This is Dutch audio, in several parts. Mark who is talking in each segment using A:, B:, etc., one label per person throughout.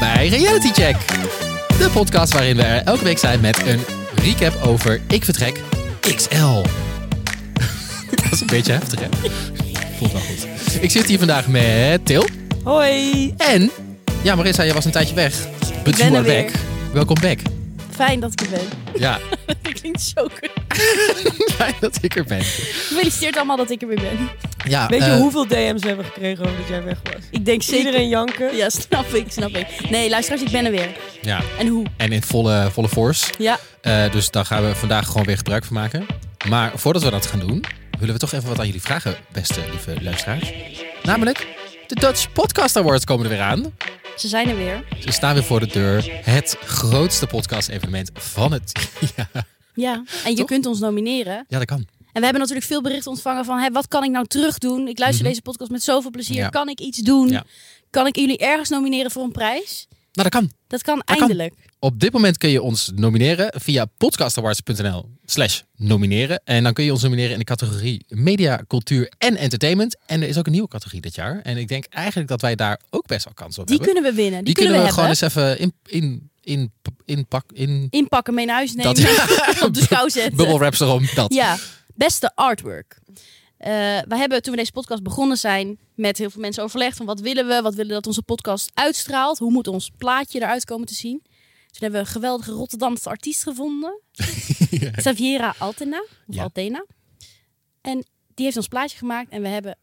A: Reality Check. De podcast waarin we er elke week zijn met een recap over Ik Vertrek XL. Dat is een beetje heftig, hè? Voelt wel goed. Ik zit hier vandaag met Til.
B: Hoi.
A: En, ja Marissa, je was een tijdje weg. But
B: ben
A: you
B: er
A: are
B: weer.
A: back. Welkom back.
B: Fijn dat ik er ben.
A: Ja,
B: Dat klinkt zo kut.
A: fijn dat ik er ben.
B: Gefeliciteerd allemaal dat ik er weer ben.
A: Ja,
C: Weet je
A: eh,
C: hoeveel DM's we hebben gekregen over dat jij weg was?
B: Ik denk zeker...
C: Iedereen janken.
B: Ja, snap ik, snap ik. Nee, luisteraars, ik ben er weer.
A: Ja,
B: En hoe?
A: en in volle, volle force.
B: Ja.
A: Eh, dus daar gaan we vandaag gewoon weer gebruik van maken. Maar voordat we dat gaan doen, willen we toch even wat aan jullie vragen, beste lieve luisteraars. Namelijk, de Dutch Podcast Awards komen er weer aan.
B: Ze zijn er weer.
A: Ze staan weer voor de deur. Het grootste podcast-evenement van het jaar.
B: Ja. En je
A: Toch?
B: kunt ons nomineren.
A: Ja, dat kan.
B: En we hebben natuurlijk veel berichten ontvangen van... Hè, wat kan ik nou terug doen? Ik luister
A: Mhm.
B: deze podcast met zoveel plezier.
A: Ja.
B: Kan ik iets doen?
A: Ja.
B: Kan ik jullie ergens nomineren voor een prijs?
A: Nou, dat kan.
B: Dat kan
A: kan.
B: eindelijk.
A: Op dit moment kun je ons nomineren via podcastawards.nl slash nomineren. En dan kun je ons nomineren in de categorie media, cultuur en entertainment. En er is ook een nieuwe categorie dit jaar. En ik denk eigenlijk dat wij daar ook best wel kans op
B: Die
A: hebben.
B: kunnen we winnen. Die,
A: Die, kunnen we,
B: hebben.
A: gewoon eens even in, in, in, inpak, in
B: Inpakken, mee naar huis nemen.
A: Dat- Ja.
B: op de schouw zetten.
A: bubble wraps erom. Dat.
B: eh, Ja, beste artwork. Eh, we hebben toen we deze podcast begonnen zijn met heel veel mensen overlegd van wat willen we, wat willen we dat onze podcast uitstraalt, hoe moet ons plaatje eruit komen te zien. Toen hebben we een geweldige Rotterdamse artiest gevonden, Xaviera Altena, of
A: Ja.
B: Altena. En die heeft ons plaatje gemaakt en we hebben,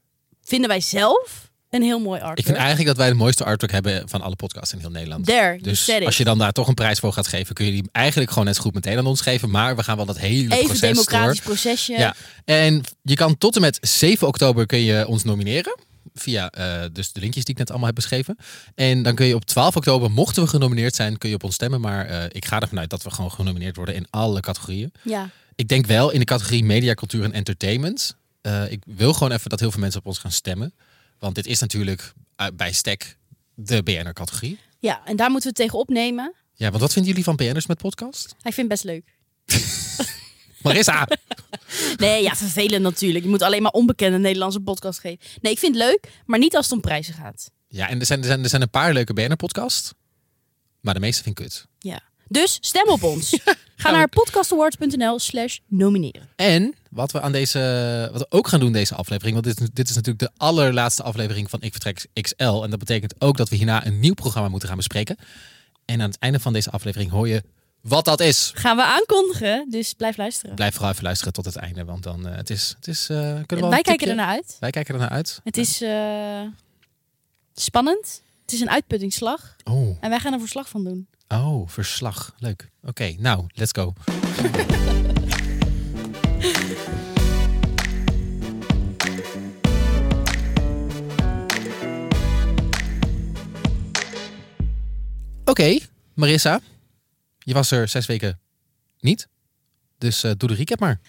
B: vinden wij zelf, een heel mooi
A: Ik vind
B: artwork.
A: eigenlijk dat wij de mooiste artwork hebben van alle podcasts in heel Nederland.
B: There, you
A: dus
B: said it.
A: als je dan daar toch een prijs voor gaat geven, kun je die eigenlijk gewoon net zo goed meteen aan ons geven. Maar we gaan wel dat hele
B: Even
A: proces
B: democratisch
A: door.
B: procesje.
A: Ja. En je kan tot en met 7 oktober kun je ons nomineren. Via eh, dus de linkjes die ik net allemaal heb beschreven. En dan kun je op 12 oktober, mochten we genomineerd zijn, kun je op ons stemmen. Maar eh, ik ga ervan uit dat we gewoon genomineerd worden in alle categorieën.
B: Ja.
A: Ik denk wel in de categorie media, cultuur en entertainment. Eh, ik wil gewoon even dat heel veel mensen op ons gaan stemmen. Want dit is natuurlijk eh, bij stek de BNR-categorie.
B: ja, en daar moeten we het tegen opnemen.
A: Ja, want wat vinden jullie van BN'ers met podcast?
B: Ik vind het best leuk.
A: Marissa!
B: Nee, ja, vervelend natuurlijk. Je moet alleen maar onbekende Nederlandse podcast geven. Nee, ik vind het leuk, maar niet als het om prijzen gaat.
A: ja, en er zijn, er, zijn, er zijn een paar leuke BNR-podcasts. Maar de meeste vind ik kut.
B: Ja. Dus stem op ons. Ga naar podcastawards.nl slash nomineren.
A: En wat we aan deze, wat we ook gaan doen deze aflevering, want dit, is- dit is natuurlijk de allerlaatste aflevering van Ik Vertrek XL. En dat betekent ook dat we hierna een nieuw programma moeten gaan bespreken. En aan het einde van deze aflevering hoor je wat dat is.
B: Gaan we aankondigen, dus blijf luisteren.
A: Blijf vooral even luisteren tot het einde, want dan eh, het is, het is eh, kunnen we al
B: Wij
A: een tipje-
B: kijken ernaar uit.
A: Wij kijken ernaar uit.
B: Het is eh, spannend. Het is een uitputtingsslag.
A: Oh,
B: En wij gaan er verslag van doen.
A: oh, verslag. Leuk. Oké, nou, let's go. Oké, Marissa, je was er zes weken niet, dus eh, doe de recap maar.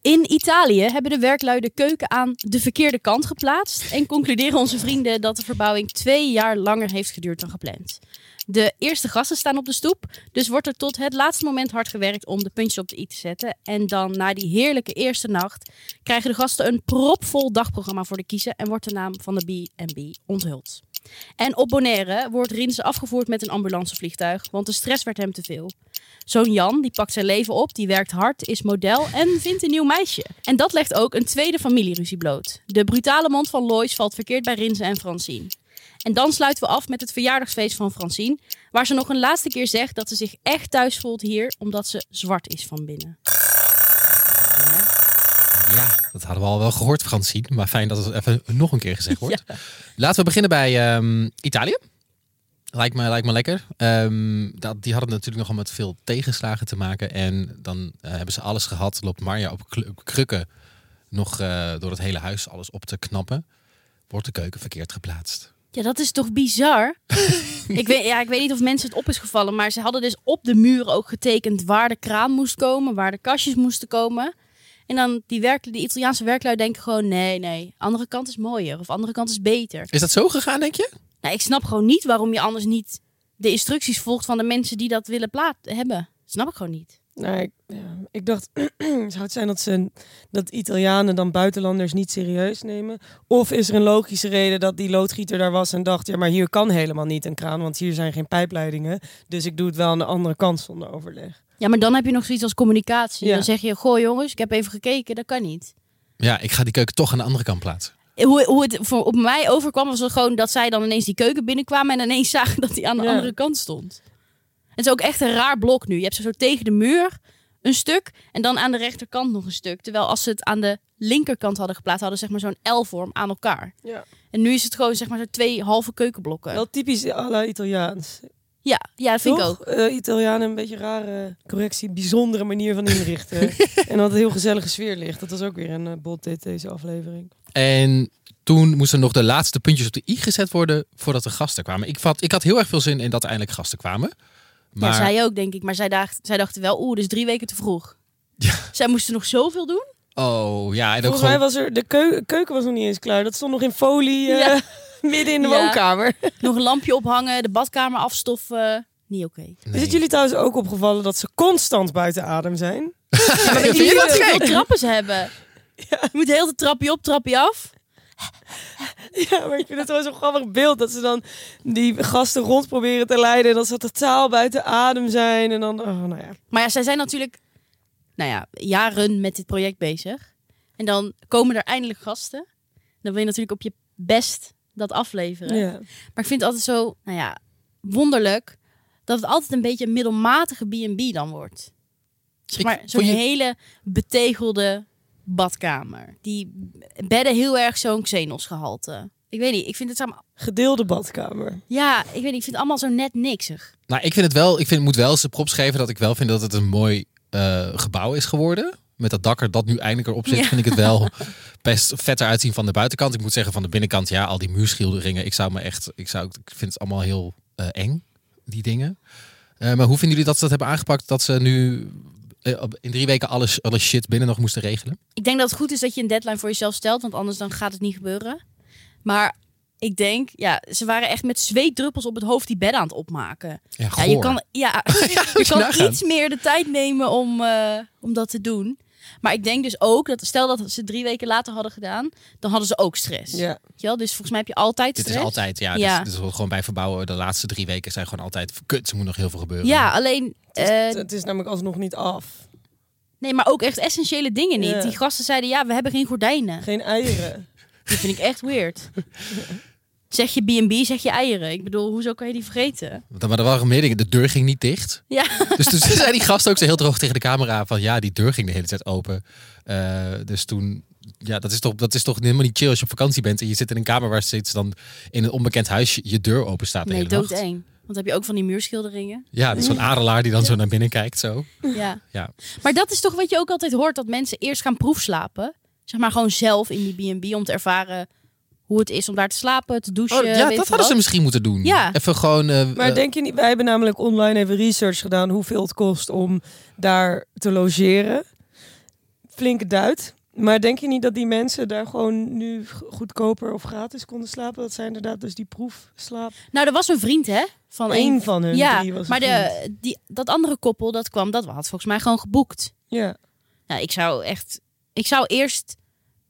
B: In Italië hebben de werklui de keuken aan de verkeerde kant geplaatst en concluderen onze vrienden dat de verbouwing twee jaar langer heeft geduurd dan gepland. De eerste gasten staan op de stoep, dus wordt er tot het laatste moment hard gewerkt om de puntjes op de i te zetten. En dan na die heerlijke eerste nacht krijgen de gasten een propvol dagprogramma voor de kiezen en wordt de naam van de B&B onthuld. En op Bonaire wordt Rinse afgevoerd met een ambulancevliegtuig, want de stress werd hem te veel. Zo'n Jan, die pakt zijn leven op, die werkt hard, is model en vindt een nieuw meisje. En dat legt ook een tweede familieruzie bloot. De brutale mond van Lois valt verkeerd bij Rinse en Francine. En dan sluiten we af met het verjaardagsfeest van Francine, waar ze nog een laatste keer zegt dat ze zich echt thuis voelt hier, omdat ze zwart is van binnen.
A: Ja, dat hadden we al wel gehoord, Fransien. Maar fijn dat het even nog een keer gezegd wordt. Laten we beginnen bij ehm, Italië. Lijkt me, lijkt me lekker. Ehm, dat, die hadden natuurlijk nogal met veel tegenslagen te maken. En dan eh, hebben ze alles gehad. Loopt Marja op kl- op krukken nog eh, door het hele huis alles op te knappen. Wordt de keuken verkeerd geplaatst.
B: Ja, dat is toch bizar? ik, weet, ja, ik weet niet of mensen het op is gevallen, maar ze hadden dus op de muren ook getekend waar de kraan moest komen, waar de kastjes moesten komen. En dan die, werk, die Italiaanse werklui denken gewoon, nee, nee, andere kant is mooier of andere kant is beter.
A: Is dat zo gegaan, denk je?
B: Nou, ik snap gewoon niet waarom je anders niet de instructies volgt van de mensen die dat willen plaat hebben. Snap ik gewoon niet.
C: Nou, ik, ja, ik dacht, zou het zijn dat, ze, dat Italianen dan buitenlanders niet serieus nemen? Of is er een logische reden dat die loodgieter daar was en dacht, ja, maar hier kan helemaal niet een kraan, want hier zijn geen pijpleidingen. Dus ik doe het wel aan de andere kant zonder overleg.
B: Ja, maar dan heb je nog zoiets als communicatie.
C: Ja.
B: Dan zeg je, goh jongens, ik heb even gekeken, dat kan niet.
A: Ja, ik ga die keuken toch aan de andere kant plaatsen.
B: Hoe, hoe het voor, op mij overkwam was het gewoon dat zij dan ineens die keuken binnenkwamen en ineens zagen dat die aan de
C: Ja.
B: andere kant stond. Het is ook echt een raar blok nu. Je hebt ze zo tegen de muur een stuk en dan aan de rechterkant nog een stuk. Terwijl als ze het aan de linkerkant hadden geplaatst, hadden ze zeg maar zo'n L-vorm aan elkaar.
C: Ja.
B: En nu is het gewoon zeg maar zo twee halve keukenblokken.
C: Wel typisch à la Italiaans.
B: Ja, ja, dat vind ik ook.
C: Toch? Eh, Italianen een beetje rare, correctie, bijzondere manier van inrichten. en dat het heel gezellige sfeer ligt. Dat was ook weer een eh, bot dit, deze aflevering.
A: En toen moesten nog de laatste puntjes op de i gezet worden voordat de gasten kwamen. Ik, vat, ik had heel erg veel zin in dat er eindelijk gasten kwamen. Maar
B: Ja, zij ook, denk ik. Maar zij, dacht, zij dachten wel, oeh, dus drie weken te vroeg. Zij moesten nog zoveel doen.
A: oh ja, en ook
C: Volgens
A: gewoon,
C: mij was er, de keu- keuken was nog niet eens klaar. Dat stond nog in folie eh,
B: Ja.
C: midden in de
B: Ja.
C: woonkamer.
B: Nog een lampje ophangen, de badkamer afstoffen. Niet oké.
A: Nee.
C: Is het jullie trouwens ook opgevallen dat ze constant buiten adem zijn? ja, maar
B: Weet je wat veel trappen ze hebben? Je moet heel de trapje op, trapje af.
C: Ja, maar ik vind het wel zo'n grappig beeld dat ze dan die gasten rond proberen te leiden. En dat ze totaal buiten adem zijn. En dan, oh, nou ja.
B: Maar ja, zij zijn natuurlijk nou ja, jaren met dit project bezig. En dan komen er eindelijk gasten. Dan wil je natuurlijk op je best dat afleveren.
C: ja.
B: Maar ik vind het altijd zo, nou ja, wonderlijk dat het altijd een beetje een middelmatige B&B dan wordt. Zeg
A: Ik
B: maar
A: vond
B: zo'n
A: je-
B: hele betegelde badkamer. Die bedden heel erg zo'n Xenos gehalte. Ik weet niet, ik vind het allemaal...
C: Gedeelde badkamer.
B: Ja, ik weet niet, ik vind het allemaal zo net niksig.
A: Nou, ik vind het wel. Ik vind, moet wel eens de props geven dat ik wel vind dat het een mooi eh, gebouw is geworden. Met dat dak er dat nu eindelijk erop zit,
B: Ja.
A: vind ik het wel best vetter uitzien van de buitenkant. Ik moet zeggen van de binnenkant, ja, al die muurschilderingen. Ik zou me echt, ik zou, ik vind het allemaal heel eh, eng, die dingen. Eh, maar hoe vinden jullie dat ze dat hebben aangepakt? Dat ze nu eh, op- in drie weken alles, alle shit binnen nog moesten regelen?
B: Ik denk dat het goed is dat je een deadline voor jezelf stelt, want anders dan gaat het niet gebeuren. Maar ik denk, ja, ze waren echt met zweetdruppels op het hoofd die bedden aan het opmaken.
A: Ja,
B: Ja, je kan, ja, je
A: je
B: kan
A: nagaan.
B: iets meer de tijd nemen om, eh, om dat te doen. Maar ik denk dus ook dat, stel dat ze drie weken later hadden gedaan, dan hadden ze ook stress.
C: Ja.
B: Weet je wel? Dus volgens mij heb je altijd
A: Dit is
B: stress.
A: altijd, ja, dus
B: Ja.
A: Dit, dit is wel gewoon bij verbouwen. De laatste drie weken zijn gewoon altijd, kut, er moet nog heel veel gebeuren.
B: Ja, alleen,
C: Het,
B: eh,
C: is, het is namelijk alsnog niet af.
B: nee, maar ook echt essentiële dingen niet.
C: Ja.
B: Die gasten zeiden, ja, we hebben geen gordijnen.
C: Geen eieren.
B: Dat vind ik echt weird. Zeg je B&B, zeg je eieren. Ik bedoel, hoezo kan je die vergeten?
A: Maar er waren meer dingen. De deur ging niet dicht.
B: Ja,
A: Dus toen zei die gast ook zo heel droog tegen de camera van ja, die deur ging de hele tijd open. Eh, dus toen, ja, dat is, toch, dat is toch helemaal niet chill als je op vakantie bent en je zit in een kamer waar steeds dan in een onbekend huis je deur open staat de
B: nee,
A: hele nacht.
B: doodeng. Want dan heb je ook van die muurschilderingen.
A: Ja, dat is zo'n adelaar die dan zo naar binnen kijkt zo. Oh,
B: Ja.
A: Ja.
B: Maar dat is toch wat je ook altijd hoort, dat mensen eerst gaan proefslapen. Zeg maar gewoon zelf in die B&B om te ervaren hoe het is om daar te slapen, te douchen.
A: Oh, ja,
B: weet
A: dat
B: ik
A: hadden ze
B: wat.
A: misschien moeten doen.
B: Ja.
A: Even gewoon... eh,
C: Maar
A: eh,
C: denk je niet, wij hebben namelijk online even research gedaan hoeveel het kost om daar te logeren. Flinke duit. Maar denk je niet dat die mensen daar gewoon nu g- goedkoper of gratis konden slapen? Dat zijn inderdaad dus die proefslaap.
B: Nou, er was een vriend, hè? Van
C: Eén
B: één.
C: van hun
B: Ja,
C: drie was
B: maar
C: een vriend.
B: de, die, dat andere koppel dat kwam, dat had volgens mij gewoon geboekt.
C: Ja.
B: Nou, ik zou echt... Ik zou eerst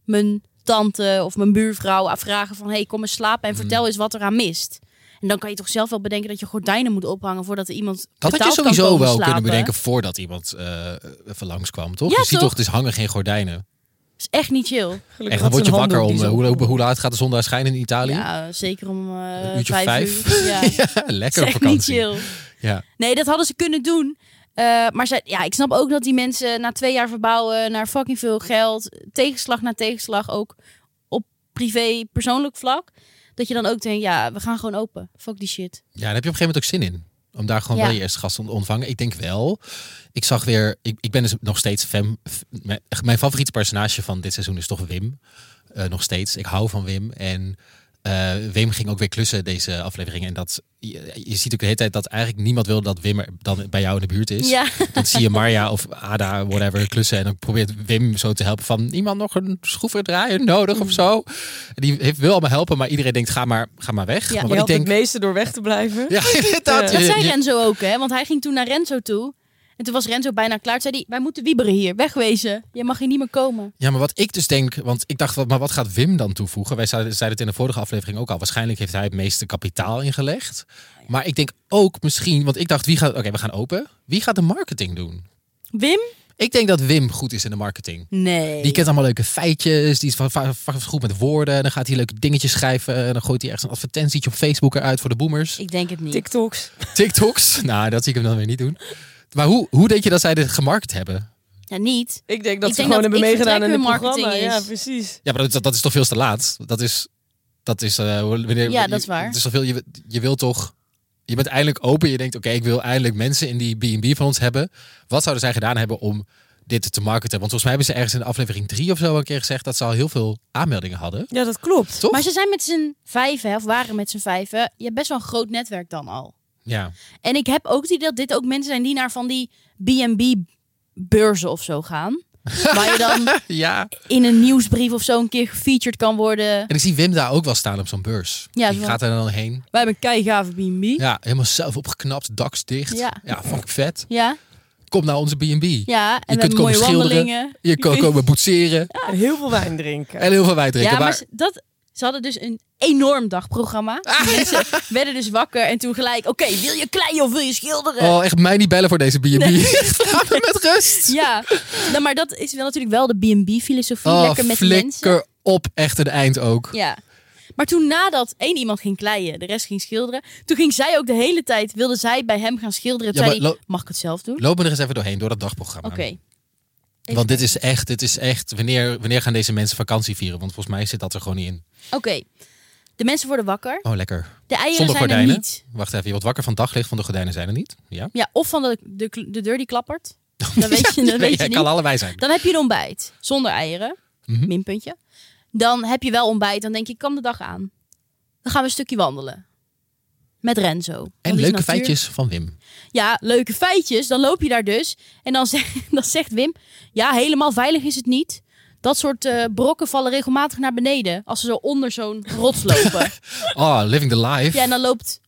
B: mijn tante of mijn buurvrouw vragen van... hey, kom eens slapen en
A: Mhm.
B: vertel eens wat eraan mist. En dan kan je toch zelf wel bedenken dat je gordijnen moet ophangen... voordat er iemand
A: dat had je
B: betaald kan
A: sowieso
B: komen
A: wel
B: slapen.
A: kunnen bedenken voordat iemand eh even langskwam, toch?
B: Ja,
A: je ziet
B: toch?
A: toch, dus hangen geen gordijnen.
B: Dat is echt niet chill.
C: Gelukkig
A: En
C: had
A: dan word
C: ze
A: je wakker
C: een handdoek
A: om,
C: die
A: eh,
C: zo
A: hoe,
C: opging.
A: hoe, hoe laat gaat de zon daar schijnen in Italië?
B: Ja, zeker om eh,
A: Een uurtje of
B: vijf,
A: vijf.
B: uur. Ja,
A: Ja,
B: is
A: lekker op
B: echt niet
A: vakantie.
B: chill.
A: Ja.
B: Nee, dat hadden ze kunnen doen. Eh, maar zij, ja, ik snap ook dat die mensen na twee jaar verbouwen, naar fucking veel geld, tegenslag na tegenslag, ook op privé, persoonlijk vlak, dat je dan ook denkt, ja, we gaan gewoon open. Fuck die shit.
A: Ja, daar heb je op een gegeven moment ook zin in. Om daar gewoon
B: Ja.
A: wel je eerste gast te ontvangen. Ik denk wel. Ik zag weer. Ik, ik ben dus nog steeds fan. f- Mijn, mijn favoriete personage van dit seizoen is toch Wim. Eh, nog steeds. Ik hou van Wim. En eh, Wim ging ook weer klussen deze aflevering. En dat, je, je ziet ook de hele tijd dat eigenlijk niemand wil dat Wim er dan bij jou in de buurt is.
B: Ja,
A: Dan zie je Marja of Ada, whatever, klussen. En dan probeert Wim zo te helpen van... iemand nog een schroevendraaier nodig of zo? En die heeft, wil allemaal helpen, maar iedereen denkt... ga maar, ga maar weg.
B: Ja.
A: maar
C: Je
A: wat ik
C: helpt
A: denk,
C: het meeste door weg te blijven.
A: ja, inderdaad.
C: Ja.
B: dat
A: Je-
B: zei
A: je-
B: Renzo ook, hè? Want hij ging toen naar Renzo toe. En toen was Renzo bijna klaar. Toen zei hij, wij moeten wieberen hier. Wegwezen. Je mag hier niet meer komen.
A: Ja, maar wat ik dus denk, want ik dacht, wat- maar wat gaat Wim dan toevoegen? Wij zeiden zeiden het in de vorige aflevering ook al. Waarschijnlijk heeft hij het meeste kapitaal ingelegd. Maar ik denk ook misschien, want ik dacht, wie gaat, oké, we gaan open. Wie gaat de marketing doen?
B: Wim?
A: Ik denk dat Wim goed is in de marketing.
B: Nee.
A: Die kent allemaal leuke feitjes. Die is va- va- va- goed met woorden. Dan gaat hij leuke dingetjes schrijven. En dan gooit hij ergens een advertentietje op Facebook eruit voor de boomers.
B: Ik denk het niet.
C: TikToks.
A: TikToks. Nou, dat zie ik hem dan weer niet doen. Maar hoe, hoe denk je dat zij dit gemarkt hebben?
B: Ja, niet.
C: Ik denk dat
B: Ik
C: ze
B: denk
C: gewoon
B: dat
C: hebben
B: ik
C: meegedaan in
B: vertrek
C: de
B: hun marketing
C: programma. Ja,
B: is.
C: precies.
A: Ja, maar dat, dat is toch veel te laat? Dat is. Dat is eh, wanneer,
B: Ja, dat is
A: je-
B: waar.
A: Het is toch veel, je, je wil toch. Je bent eindelijk open. Je denkt, oké, ik wil eindelijk mensen in die B&B van ons hebben. Wat zouden zij gedaan hebben om dit te marketen? Want volgens mij hebben ze ergens in de aflevering 3 of zo een keer gezegd dat ze al heel veel aanmeldingen hadden.
C: Ja, dat klopt.
A: Toch?
B: Maar ze zijn met z'n vijven, hè, of waren met z'n vijven. Je hebt best wel een groot netwerk dan al.
A: Ja.
B: En ik heb ook het idee dat dit ook mensen zijn die naar van die B&B-beurzen of zo gaan. waar je dan
A: ja.
B: in een nieuwsbrief of zo een keer gefeatured kan worden.
A: En ik zie Wim daar ook wel staan op zo'n beurs.
B: Ja,
A: die
B: zo.
A: gaat er dan heen.
B: Wij hebben een keigave B&B. Ja.
A: Ja, helemaal zelf opgeknapt, daksdicht.
B: Ja.
A: ja fuck vet.
B: ja,
A: Kom naar onze B&B.
B: En we
A: kunt
B: hebben
A: komen
B: mooie
A: schilderen.
B: wandelingen.
A: Je kan komen boetseren
C: En heel veel wijn drinken.
A: en heel veel wijn drinken.
B: Ja, maar
A: maar...
B: ze- dat, ze hadden dus een enorm dagprogramma. Mensen werden dus wakker en toen gelijk, oké, wil je kleien of wil je schilderen?
A: Oh, echt mij niet bellen voor deze B&B. Laat me met rust.
B: Ja, nou, maar dat is wel natuurlijk wel de B&B-filosofie.
A: Oh,
B: Lekker met de mensen.
A: flikker op echt een eind ook.
B: Ja. Maar toen nadat één iemand ging kleien, de rest ging schilderen. Toen ging zij ook de hele tijd, wilde zij bij hem gaan schilderen. Toen
A: Ja,
B: zei
A: maar
B: hij, mag ik het zelf doen?
A: Loop me er eens even doorheen, door dat dagprogramma.
B: Oké.
A: Want dit is echt, dit is echt wanneer, wanneer gaan deze mensen vakantie vieren? Want volgens mij zit dat er gewoon niet in.
B: Oké. De mensen worden wakker.
A: Oh, lekker.
B: De eieren
A: Zonder
B: zijn
A: gordijnen.
B: er niet.
A: Wacht even, je wordt wakker van daglicht, van de gordijnen zijn er niet. Ja.
B: Ja, of van de, de, kl- de deur die klappert. Dan weet je,
A: Ja,
B: dan weet je
A: het
B: niet.
A: kan allebei zijn.
B: Dan heb je een ontbijt zonder eieren.
A: Mhm.
B: Minpuntje. Dan heb je wel ontbijt. Dan denk je, ik kan de dag aan. Dan gaan we een stukje wandelen. Met Renzo. Want die
A: En
B: is
A: leuke
B: natuur-
A: feitjes van Wim.
B: Ja, leuke feitjes. Dan loop je daar dus. En dan, zeg- dan zegt Wim, ja, helemaal veilig is het niet. Dat soort eh, brokken vallen regelmatig naar beneden. Als ze zo onder zo'n rots lopen.
A: Oh, living the life.
B: ja, en dan loopt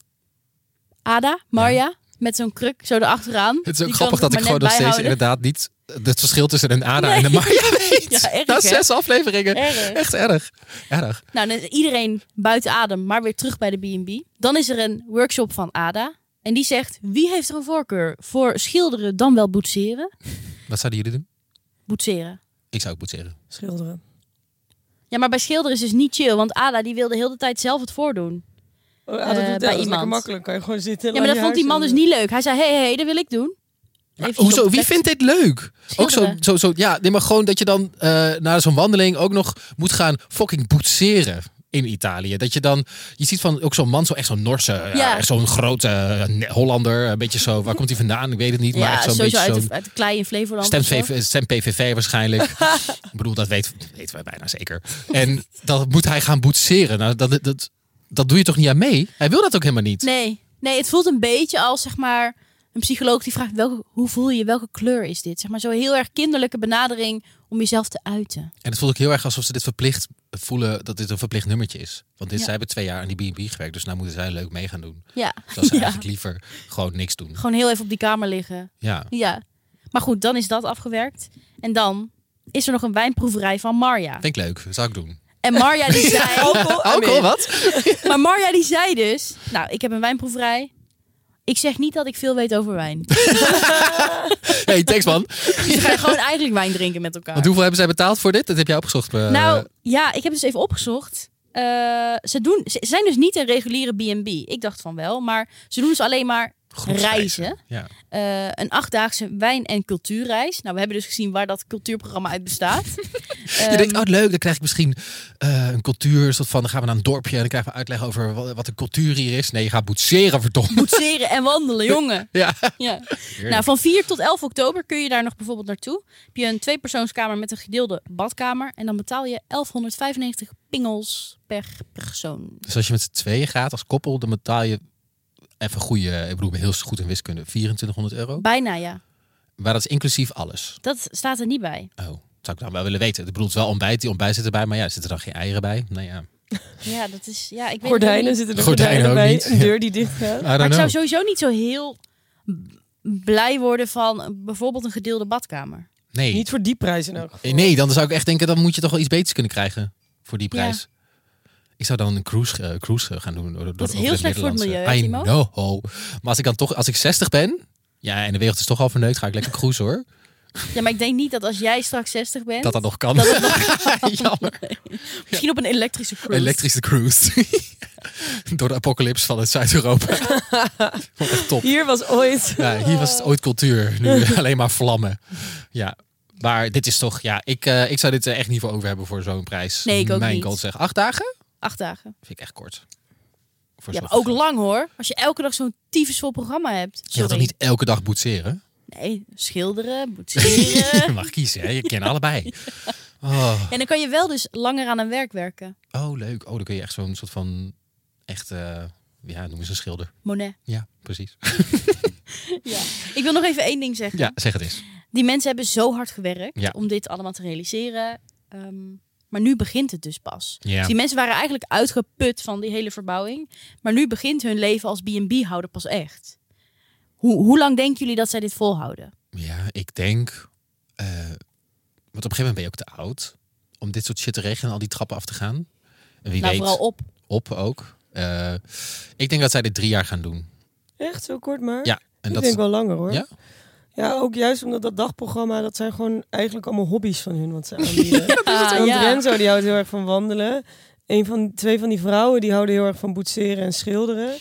B: Ada, Marja, met zo'n kruk zo erachteraan.
A: het is ook
B: Die
A: grappig
B: kan
A: dat ik
B: maar
A: gewoon
B: net
A: nog steeds
B: bijhouden.
A: inderdaad niet het verschil tussen een Ada en een Maya weet.
B: Ja, erg,
A: Na
B: hè?
A: zes afleveringen.
B: Erg.
A: Echt erg. Erg.
B: Nou, dan is iedereen buiten adem, maar weer terug bij de B&B. Dan is er een workshop van Ada. En die zegt, wie heeft er een voorkeur voor schilderen dan wel boetseren?
A: Wat zouden jullie doen?
B: Boetseren.
A: Ik zou ook boetseren.
C: Schilderen.
B: Ja, maar bij schilderen is dus niet chill, want Ada die wilde heel de tijd zelf het voordoen.
C: Oh, ja,
B: Eh,
C: dat doet
B: bij
C: dat is lekker
B: iemand.
C: makkelijk. Kan je gewoon zitten. en
B: Ja, maar dat
C: laat je
B: vond die
C: haar
B: man dus
C: schilderen.
B: niet leuk. Hij zei, hé, hey, hey, dat wil ik doen.
A: Maar
B: Eventjes
A: hoezo?
B: op
A: Wie
B: plek-
A: vindt dit leuk? Ook zo,
B: Schilderen.
A: zo, zo, ja, nee, maar gewoon dat je dan eh na zo'n wandeling ook nog moet gaan fucking boetseren in Italië. Dat je dan, je ziet van ook zo'n man, zo echt zo'n Norse, ja.
B: Ja.
A: echt zo'n grote eh, Ne- Hollander, een beetje zo, waar komt hij vandaan? Ik weet het niet, maar
B: Ja,
A: echt zo'n
B: sowieso
A: beetje
B: uit
A: zo'n
B: de, uit de klei in Flevoland.
A: Stemt
B: of zo.
A: VV stemt PVV waarschijnlijk. ik bedoel, dat weet, weten wij bijna zeker. En dan moet hij gaan boetseren. Nou, dat, dat, dat doe je toch niet aan mee? Hij wil dat ook helemaal niet.
B: Nee, nee, het voelt een beetje als zeg maar een psycholoog die vraagt welke, hoe voel je, welke kleur is dit? Zeg maar zo'n heel erg kinderlijke benadering om jezelf te uiten.
A: En het voelt ook heel erg alsof ze dit verplicht voelen dat dit een verplicht nummertje is. Want dit,
B: Ja.
A: zij hebben twee jaar aan die B&B gewerkt, dus nou moeten zij leuk mee gaan doen.
B: Ja,
A: Terwijl ze
B: Ja.
A: eigenlijk liever gewoon niks doen.
B: gewoon heel even op die kamer liggen.
A: Ja.
B: Ja, maar goed, dan is dat afgewerkt. En dan is er nog een wijnproeverij van Marja.
A: Vind ik leuk, dat zou ik doen.
B: En Marja die zei,
C: Alcohol?
A: Ook al wat?
B: maar Marja die zei dus, nou, ik heb een wijnproeverij. Ik zeg niet dat ik veel weet over wijn.
A: Hey, thanks man.
B: Dus we gaan gewoon eigenlijk wijn drinken met elkaar.
A: Want hoeveel hebben zij betaald voor dit? Dat heb jij opgezocht. eh,
B: Nou, ja, ik heb dus even opgezocht. Eh, ze, doen, ze ze zijn dus niet een reguliere B&B. Ik dacht van wel, maar ze doen dus alleen maar
A: groepsreizen.
B: reizen.
A: Ja.
B: eh, een achtdaagse wijn- en cultuurreis. Nou, we hebben dus gezien waar dat cultuurprogramma uit bestaat.
A: Je denkt,
B: ehm,
A: oh leuk, dan krijg ik misschien eh, een cultuur. een soort van, dan gaan we naar een dorpje en dan krijgen we uitleg over wat, wat een cultuur hier is. Nee, je gaat boetseren, verdomme.
B: Ehm, Boetseren en wandelen, jongen.
A: Ja.
B: Ja. Nou, van 4 tot 11 oktober kun je daar nog bijvoorbeeld naartoe. Heb je een tweepersoonskamer met een gedeelde badkamer. En dan betaal je 1195 pingels per persoon.
A: Dus als je met z'n tweeën gaat als koppel, dan betaal je even goede, ik bedoel, ik ben heel goed in wiskunde, 2400 euro.
B: Bijna, ja.
A: Maar dat is inclusief alles.
B: Dat staat er niet bij.
A: Oh, dat zou ik dan wel willen weten. Ik bedoel, het is wel ontbijt, die ontbijt zit erbij, maar ja, zitten er dan geen eieren bij? Nou ja,
B: Ja, dat is... Ja, ik weet het ook
C: Gordijnen
B: niet.
C: zitten er
A: Gordijnen
C: gordijnen
A: ook
C: bij.
A: niet.
C: Een deur die dicht gaat.
A: I don't
B: Maar ik
A: know.
B: zou sowieso niet zo heel blij worden van bijvoorbeeld een gedeelde badkamer.
A: Nee.
C: Niet voor die prijs in elk
A: Eh,
C: geval.
A: nee, dan zou ik echt denken, dan moet je toch wel iets beters kunnen krijgen voor die prijs. Ik zou dan een cruise, eh, cruise eh, gaan doen. Door, door
B: Dat is
A: over
B: heel slecht voor het
A: Middellandse.
B: milieu, hè,
A: I know. Maar als ik dan toch, als ik 60 ben, ja, en de wereld is toch al verneukt, ga ik lekker cruisen hoor.
B: Ja, maar ik denk niet dat als jij straks 60 bent,
A: Dat dat nog kan.
B: dat het nog-
A: Jammer.
B: misschien op een elektrische cruise.
A: Elektrische cruise. door de apocalyps van het Zuid-Europa. Vond ik echt top.
C: Hier was ooit...
A: Ja, hier
B: Ah.
A: was het ooit cultuur. Nu alleen maar vlammen. Ja. Maar dit is toch, ja, ik, eh, ik zou dit eh, echt niet voor over hebben voor zo'n prijs.
B: Nee, ik ook
A: Mijn
B: niet.
A: god zeg, acht dagen?
B: Acht dagen.
A: Vind ik echt kort. Voor
B: Ja,
A: zo'n
B: maar ook
A: geval.
B: lang hoor. Als je elke dag zo'n tyfusvol programma hebt.
A: Je gaat
B: Sorry.
A: toch niet elke dag boetseren?
B: Nee, schilderen,
A: je
B: boetseren.
A: mag kiezen, hè? Je kent allebei. Oh,
B: en dan kan je wel dus langer aan een werk werken.
A: oh, leuk. Oh, dan kun je echt zo'n soort van... Echt, eh, ja, noem eens een schilder.
B: Monet.
A: Ja, precies.
B: Ja. Ik wil nog even één ding zeggen.
A: Ja, zeg het eens.
B: Die mensen hebben zo hard gewerkt
A: Ja.
B: om dit allemaal te realiseren. Ehm, maar nu begint het dus pas.
A: Ja.
B: Dus die mensen waren eigenlijk uitgeput van die hele verbouwing. Maar nu begint hun leven als B&B-houder pas echt. Hoe, hoe lang denken jullie dat zij dit volhouden?
A: Ja, ik denk... eh, want op een gegeven moment ben je ook te oud... om dit soort shit te regelen en al die trappen af te gaan. En wie
B: nou,
A: weet,
B: vooral
A: op.
B: op.
A: ook. Eh, ik denk dat zij dit drie jaar gaan doen.
C: Echt, zo kort maar?
A: Ja, en
C: Ik
A: dat
C: denk wel langer hoor.
A: Ja?
C: Ja, ook juist omdat dat dagprogramma, dat zijn gewoon eigenlijk allemaal hobby's van hun. Wat ze aanbieden.
B: Ah,
C: Want
B: ja.
C: Renzo die houdt heel erg van wandelen. Een van, twee van die vrouwen die houden heel erg van boetseren en schilderen.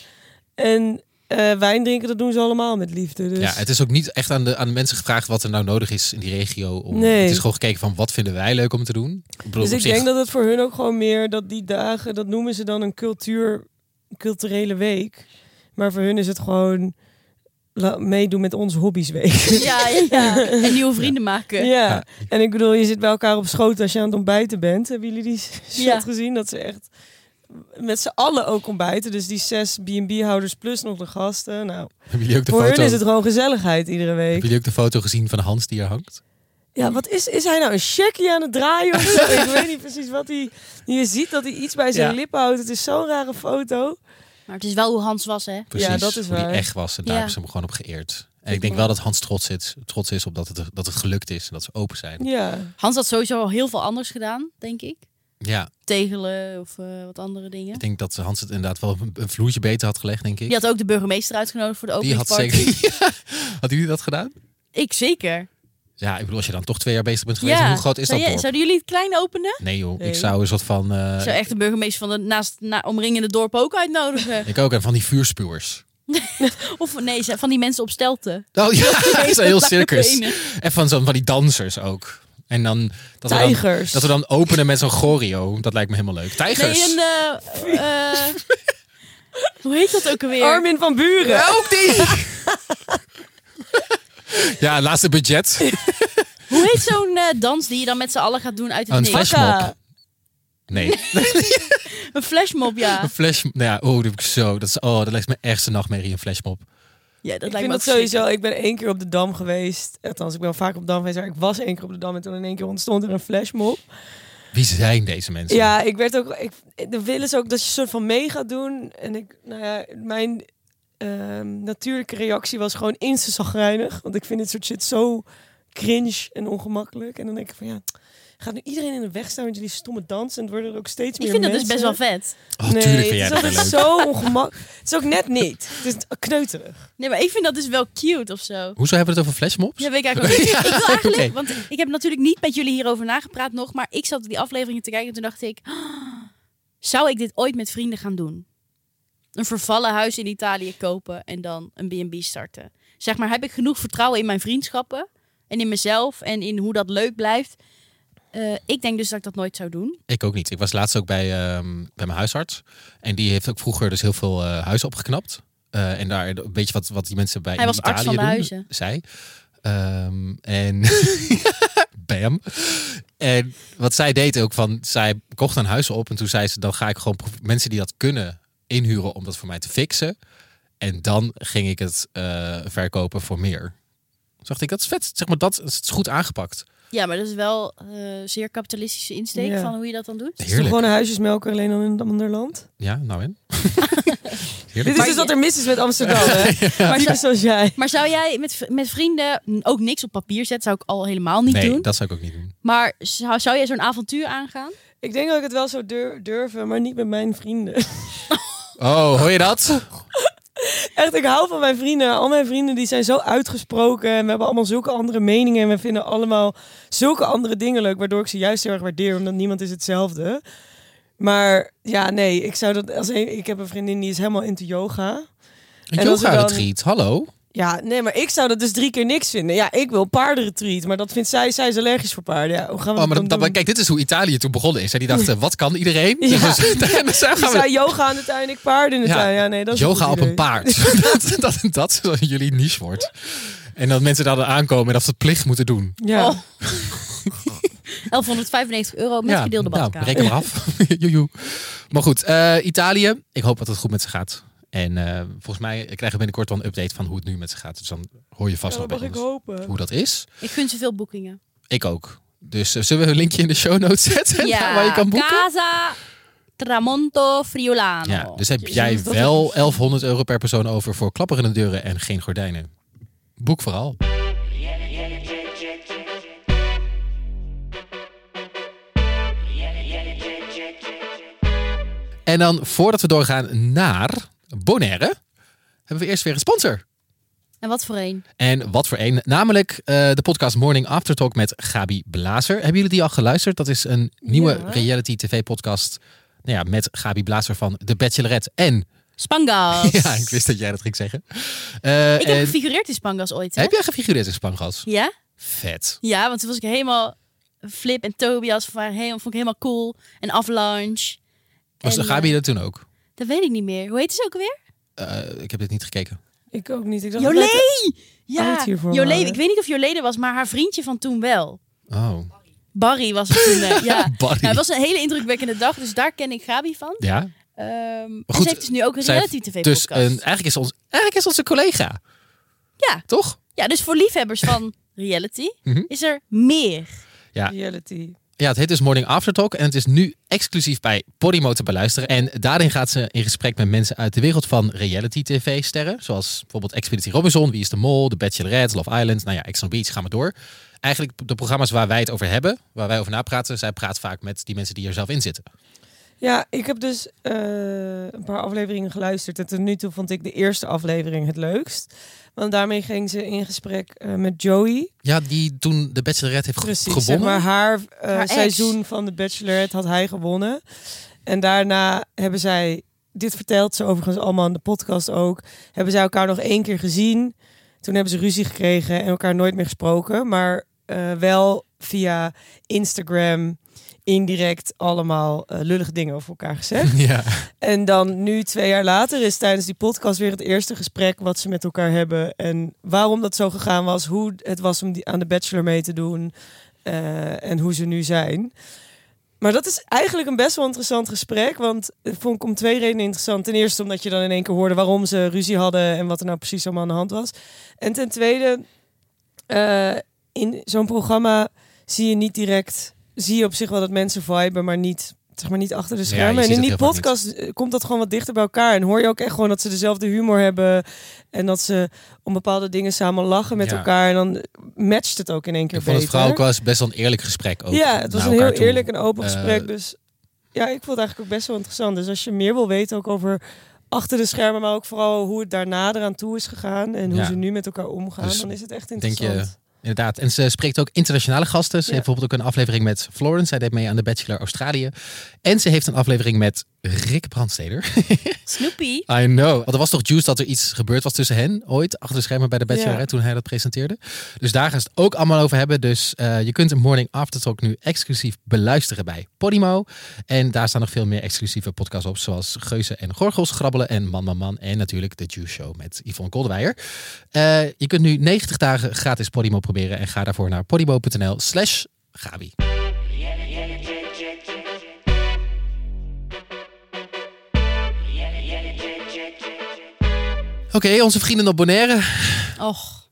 C: En eh, wijn drinken, dat doen ze allemaal met liefde. Dus.
A: Ja, het is ook niet echt aan de, aan de mensen gevraagd wat er nou nodig is in die regio. Om,
C: Nee.
A: Het is gewoon gekeken van wat vinden wij leuk om te doen. Ik bedoel,
C: dus
A: op
C: ik
A: zich-
C: denk dat het voor hun ook gewoon meer dat die dagen, dat noemen ze dan een cultuur, culturele week. Maar voor hun is het gewoon la- meedoen met onze hobby'sweek.
B: Ja, ja, ja. En nieuwe vrienden maken.
A: Ja.
C: Ja, en ik bedoel, je zit bij elkaar op schoot als je aan het ontbijten bent. Hebben jullie die shot
B: Ja.
C: gezien? Dat ze echt met z'n allen ook ontbijten. Dus die zes B&B-houders plus nog de gasten. Nou,
A: Hebben jullie ook de
C: voor
A: foto?
C: hun is het gewoon gezelligheid iedere
A: Hebben
C: week.
A: jullie ook de foto gezien van Hans die er hangt?
C: Ja, wat is, is hij nou? Een checkie aan het draaien of zo? ik weet niet precies wat hij... Je ziet dat hij iets bij zijn
A: Ja.
C: lippen houdt. Het is zo'n rare foto.
B: Maar het is wel hoe Hans was, hè?
A: Precies,
C: Ja, dat is
A: hoe
C: waar.
A: die echt was. En daar
B: Ja.
A: hebben ze hem gewoon op geëerd. En ik denk wel dat Hans trots is, trots is op dat het, dat het gelukt is en dat ze open zijn.
C: Ja.
B: Hans had sowieso al heel veel anders gedaan, denk ik.
A: Ja,
B: Tegelen of eh, wat andere dingen.
A: ik denk dat Hans het inderdaad wel een- een vloertje beter had gelegd, denk ik.
B: Die had ook de burgemeester uitgenodigd voor de
A: die had
B: openingsparty.
A: zeker. Ja, had jullie dat gedaan?
B: Ik zeker.
A: Ja, ik bedoel, als je dan toch twee jaar bezig bent geweest, hoe groot is
B: Zou
A: dat
B: jij-
A: dorp?
B: Zouden jullie het klein openen?
A: Nee joh,
C: Nee.
A: ik zou een soort van... eh,
B: Ik zou echt de burgemeester van de naast na, omringende dorpen ook uitnodigen.
A: ik ook, en van die vuurspuwers.
B: of nee, ze- van die mensen op stelten.
A: Oh ja, zo'n heel
B: Lange
A: circus.
B: benen.
A: En van, zo'n- van die dansers ook. En dan dat, we dan
C: Tijgers.
A: dat we dan openen met zo'n choreo. Dat lijkt me helemaal leuk. Tijgers.
B: Nee, een... eh, eh, hoe heet dat ook alweer?
C: Armin van Buren.
B: eh,
A: ook die! ja, laatste budget. Oh,
B: Hoe heet zo'n eh, dans die je dan met z'n allen gaat doen uit het
A: Een
B: niks?
A: flashmob. Nee,
B: Een flashmob, ja.
A: een flash... Nou ja, oh, dat heb ik zo. Dat, is, oh, dat lijkt me echt een nachtmerrie, een flashmob.
B: ja dat
C: ik
B: lijkt
C: vind
B: me
C: dat sowieso. Ik ben één keer op de Dam geweest. Althans, ik ben wel vaak op de Dam geweest. Maar ik was één keer op de Dam. En toen in één keer ontstond er een flashmob.
A: Wie zijn deze mensen?
C: Ja, ik werd ook. Ik, dan willen ze ook dat je een soort van mee gaat doen. En ik, nou ja, mijn ehm, natuurlijke reactie was gewoon insta-zagrijnig. Want ik vind dit soort shit zo cringe en ongemakkelijk. En dan denk ik van ja, gaat nu iedereen in de weg staan met jullie stomme dansen? En het worden er ook steeds
B: Ik
C: meer
B: vind dat
C: mensen.
B: dus best wel vet.
A: Oh,
C: nee,
A: tuurlijk vind jij
C: het
A: dat
C: is
A: wel
C: altijd
A: leuk.
C: zo ongemakkelijk. Het is ook net niet. Het is kneuterig.
B: Nee, maar ik vind dat dus wel cute of zo.
A: Hoezo hebben we het over flashmobs?
B: Ja, weet ik eigenlijk ook niet. Ik wil eigenlijk,
A: Oké.
B: want ik heb natuurlijk niet met jullie hierover nagepraat nog, maar ik zat die afleveringen te kijken en toen dacht ik, "Ah, zou ik dit ooit met vrienden gaan doen? Een vervallen huis in Italië kopen en dan een B&B starten. Zeg maar, heb ik genoeg vertrouwen in mijn vriendschappen en in mezelf en in hoe dat leuk blijft? Eh, ik denk dus dat ik dat nooit zou doen.
A: Ik ook niet. Ik was laatst ook bij, ehm, bij mijn huisarts. En die heeft ook vroeger dus heel veel eh, huizen opgeknapt. Eh, en daar een beetje wat, wat die mensen bij
B: Hij
A: in
B: was
A: Italië
B: arts van de
A: doen,
B: huizen.
A: Zij. Ehm, en bam. En wat zij deed ook van, zij kocht een huis op. En toen zei ze, dan ga ik gewoon pro- mensen die dat kunnen inhuren om dat voor mij te fixen. En dan ging ik het eh, verkopen voor meer. Toen dacht ik, dat is vet. Zeg maar, dat is goed aangepakt.
B: Ja, maar dat is wel eh, zeer kapitalistische insteek
C: Ja.
B: van hoe je dat dan doet.
C: Het is toch
A: Heerlijk.
C: gewoon een huisjesmelker alleen dan in een ander land.
A: Ja, nou en?
C: Dit is
B: Maar
C: dus
B: je-
C: wat er mis is met Amsterdam, hè?
B: Maar,
C: Typisch
B: zou,
C: zoals jij.
B: maar zou jij met, met vrienden ook niks op papier zetten? Zou ik al helemaal niet
A: nee,
B: doen.
A: dat zou ik ook niet doen.
B: Maar zou, zou jij zo'n avontuur aangaan?
C: Ik denk dat ik het wel zou dur- durven, maar niet met mijn vrienden.
A: Oh, hoor je dat?
C: Echt, ik hou van mijn vrienden. Al mijn vrienden die zijn zo uitgesproken. En we hebben allemaal zulke andere meningen. En we vinden allemaal zulke andere dingen leuk. Waardoor ik ze juist heel erg waardeer. Omdat niemand is hetzelfde. Maar ja, nee. Ik zou dat als een, Ik heb een vriendin die is helemaal into yoga.
A: Een
C: En als er
A: yoga
C: dan-
A: retreat, hallo. Oh,
C: Ja, nee, maar ik zou dat dus drie keer niks vinden. Ja, ik wil paardenretreat. Maar dat vindt zij. Zij is allergisch voor paarden. Ja, hoe gaan we
A: Oh, maar
C: dat
A: dat,
C: dan
A: dat-
C: doen?
A: kijk, dit is hoe Italië toen begonnen is. Hè? Die dachten, wat kan iedereen? Dus
C: Ja.
A: we- en dan gaan
C: Die
A: we-
C: zei yoga aan de tuin, ik paarden in de
A: Ja,
C: tuin. Ja, nee, dat is
A: yoga
C: goed
A: op een
C: idee.
A: paard. dat, dat, dat is wat jullie niche wordt. En dat mensen daar dan aankomen en dat ze het plicht moeten doen.
C: Ja.
B: Oh. 1195 euro met gedeelde
A: nou,
B: badkamer.
A: reken maar af. Joejoe. maar goed, eh, Italië. Ik hoop dat het goed met ze gaat. En eh, volgens mij krijgen we binnenkort wel een update van hoe het nu met ze gaat. Dus dan hoor je vast
C: Ja,
A: nog
C: dat
A: bij
C: mag ik
A: ons
C: hopen.
A: hoe dat is.
B: ik gun ze veel boekingen.
A: Ik ook. Dus eh, zullen we een linkje in de show notes zetten waar je kan boeken?
B: Casa Tramonto Friulano.
A: Ja, dus heb
B: Oh, Jezus,
A: jij
B: dat is-
A: wel 1100 euro per persoon over voor klapperende deuren en geen gordijnen. Boek vooral. En dan, voordat we doorgaan naar Bonaire, hebben we eerst weer een sponsor.
B: En wat voor een?
A: En wat voor een? Namelijk eh, de podcast Morning After Talk met Gabi Blazer. Hebben jullie die al geluisterd? Dat is een nieuwe
C: Ja.
A: reality tv podcast nou ja, met Gabi Blazer van The Bachelorette en
B: Spangas.
A: ja, ik wist dat jij dat ging zeggen. Eh,
B: Ik heb
A: en-
B: gefigureerd in Spangas ooit. Hè?
A: heb jij gefigureerd in Spangas?
B: Ja?
A: Vet.
B: Ja, want toen was ik helemaal Flip en Tobias waren helemaal, vond ik helemaal cool. En Avalanche.
A: Was
B: En,
A: Gabi dat toen ook?
B: eh, dat weet ik niet meer. Hoe heet ze ook alweer?
A: Eh, ik heb dit niet gekeken.
C: Ik ook niet. Ik dacht,
B: Jolé!
C: net-
B: Ja,
C: oud hiervoor
B: Jolé.
C: waren.
B: Ik weet niet of Jolé er was, maar haar vriendje van toen wel.
A: Oh,
B: Barry was het toen. eh, ja.
A: Barry.
B: Nou, het was een hele indrukwekkende dag, dus daar ken ik Gabi van.
A: Ja,
B: Ehm, en
A: goed,
B: ze heeft dus nu ook een
A: zij heeft
B: reality tv
A: dus een,
B: podcast.
A: eigenlijk, is ons, eigenlijk is onze collega.
B: Ja.
A: Toch?
B: Ja, dus voor liefhebbers van reality
A: Mhm.
B: is er meer.
A: Ja.
C: Reality.
A: Ja, het heet dus Morning After Talk en het is nu exclusief bij Podimo te beluisteren. En daarin gaat ze in gesprek met mensen uit de wereld van reality tv-sterren. Zoals bijvoorbeeld Expeditie Robinson, Wie is de Mol, The Bachelorette, Love Island, nou ja, Ex on the Beach, ga maar door. Eigenlijk de programma's waar wij het over hebben, waar wij over napraten. Zij praat vaak met die mensen die er zelf in zitten.
C: Ja, ik heb dus eh, een paar afleveringen geluisterd. En tot nu toe vond ik de eerste aflevering het leukst. Want daarmee ging ze in gesprek eh, met Joey.
A: Ja, die toen de Bachelorette heeft ge-
C: Precies,
A: gewonnen.
C: zeg maar haar, eh,
B: Haar ex.
C: seizoen van de Bachelorette had hij gewonnen. En daarna hebben zij, dit vertelt ze overigens allemaal in de podcast ook, hebben zij elkaar nog één keer gezien. Toen hebben ze ruzie gekregen en elkaar nooit meer gesproken. Maar eh, wel via Instagram indirect allemaal eh, lullige dingen over elkaar gezegd.
A: Ja.
C: En dan nu, twee jaar later, is tijdens die podcast weer het eerste gesprek wat ze met elkaar hebben. En waarom dat zo gegaan was, hoe het was om die aan de bachelor mee te doen eh, en hoe ze nu zijn. Maar dat is eigenlijk een best wel interessant gesprek, want het vond ik om twee redenen interessant. Ten eerste omdat je dan in één keer hoorde waarom ze ruzie hadden en wat er nou precies allemaal aan de hand was. En ten tweede, eh, in zo'n programma zie je niet direct, zie je op zich wel dat mensen viben, maar niet, zeg maar niet achter de
A: je
C: schermen. en
A: ziet
C: in
A: het
C: die
A: heel vaak niet.
C: podcast eh, komt dat gewoon wat dichter bij elkaar. En hoor je ook echt gewoon dat ze dezelfde humor hebben en dat ze om bepaalde dingen samen lachen met
A: Ja.
C: elkaar. En dan matcht het ook in één keer
A: Ik vond het
C: beter.
A: vooral ook wel eens best wel een eerlijk gesprek. Ook
C: ja, het was
A: naar
C: een heel
A: elkaar toe.
C: eerlijk en open
A: Eh,
C: gesprek. Dus ja, ik vond het eigenlijk ook best wel interessant. Dus als je meer wil weten ook over achter de schermen, maar ook vooral hoe het daarna eraan toe is gegaan en hoe
A: Ja.
C: ze nu met elkaar omgaan,
A: Dus
C: dan is het echt
A: denk je-
C: interessant.
A: Inderdaad. En ze spreekt ook internationale gasten. Ze
C: Ja.
A: heeft bijvoorbeeld ook een aflevering met Florence. Zij deed mee aan de Bachelor Australië. En ze heeft een aflevering met Rick Brandsteder.
B: Snoopy.
A: I know. Want er was toch juice dat er iets gebeurd was tussen hen ooit. Achter de schermen bij de Bachelor
C: Ja.
A: hè, toen hij dat presenteerde. Dus daar gaan ze het ook allemaal over hebben. Dus eh, je kunt een Morning After Talk nu exclusief beluisteren bij Podimo. En daar staan nog veel meer exclusieve podcasts op. Zoals Geuzen en Gorgels, Grabbelen en Man Man Man. En natuurlijk de Juice Show met Yvonne Koldewijer. Eh, je kunt nu 90 dagen gratis Podimo proberen. En ga daarvoor naar podimo.nl slash Gabi. Oké, onze vrienden op Bonaire.
B: Och,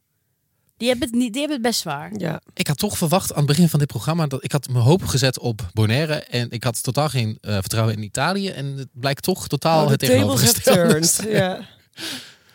B: Die hebben, het niet, die hebben het best zwaar.
C: Ja.
A: Ik had toch verwacht aan het begin van dit programma dat ik had mijn hoop gezet op Bonaire en ik had totaal geen eh, vertrouwen in Italië en het blijkt toch totaal
C: Oh,
A: het
C: the tables have
A: tegenovergestelde. is.
C: turned. Ja.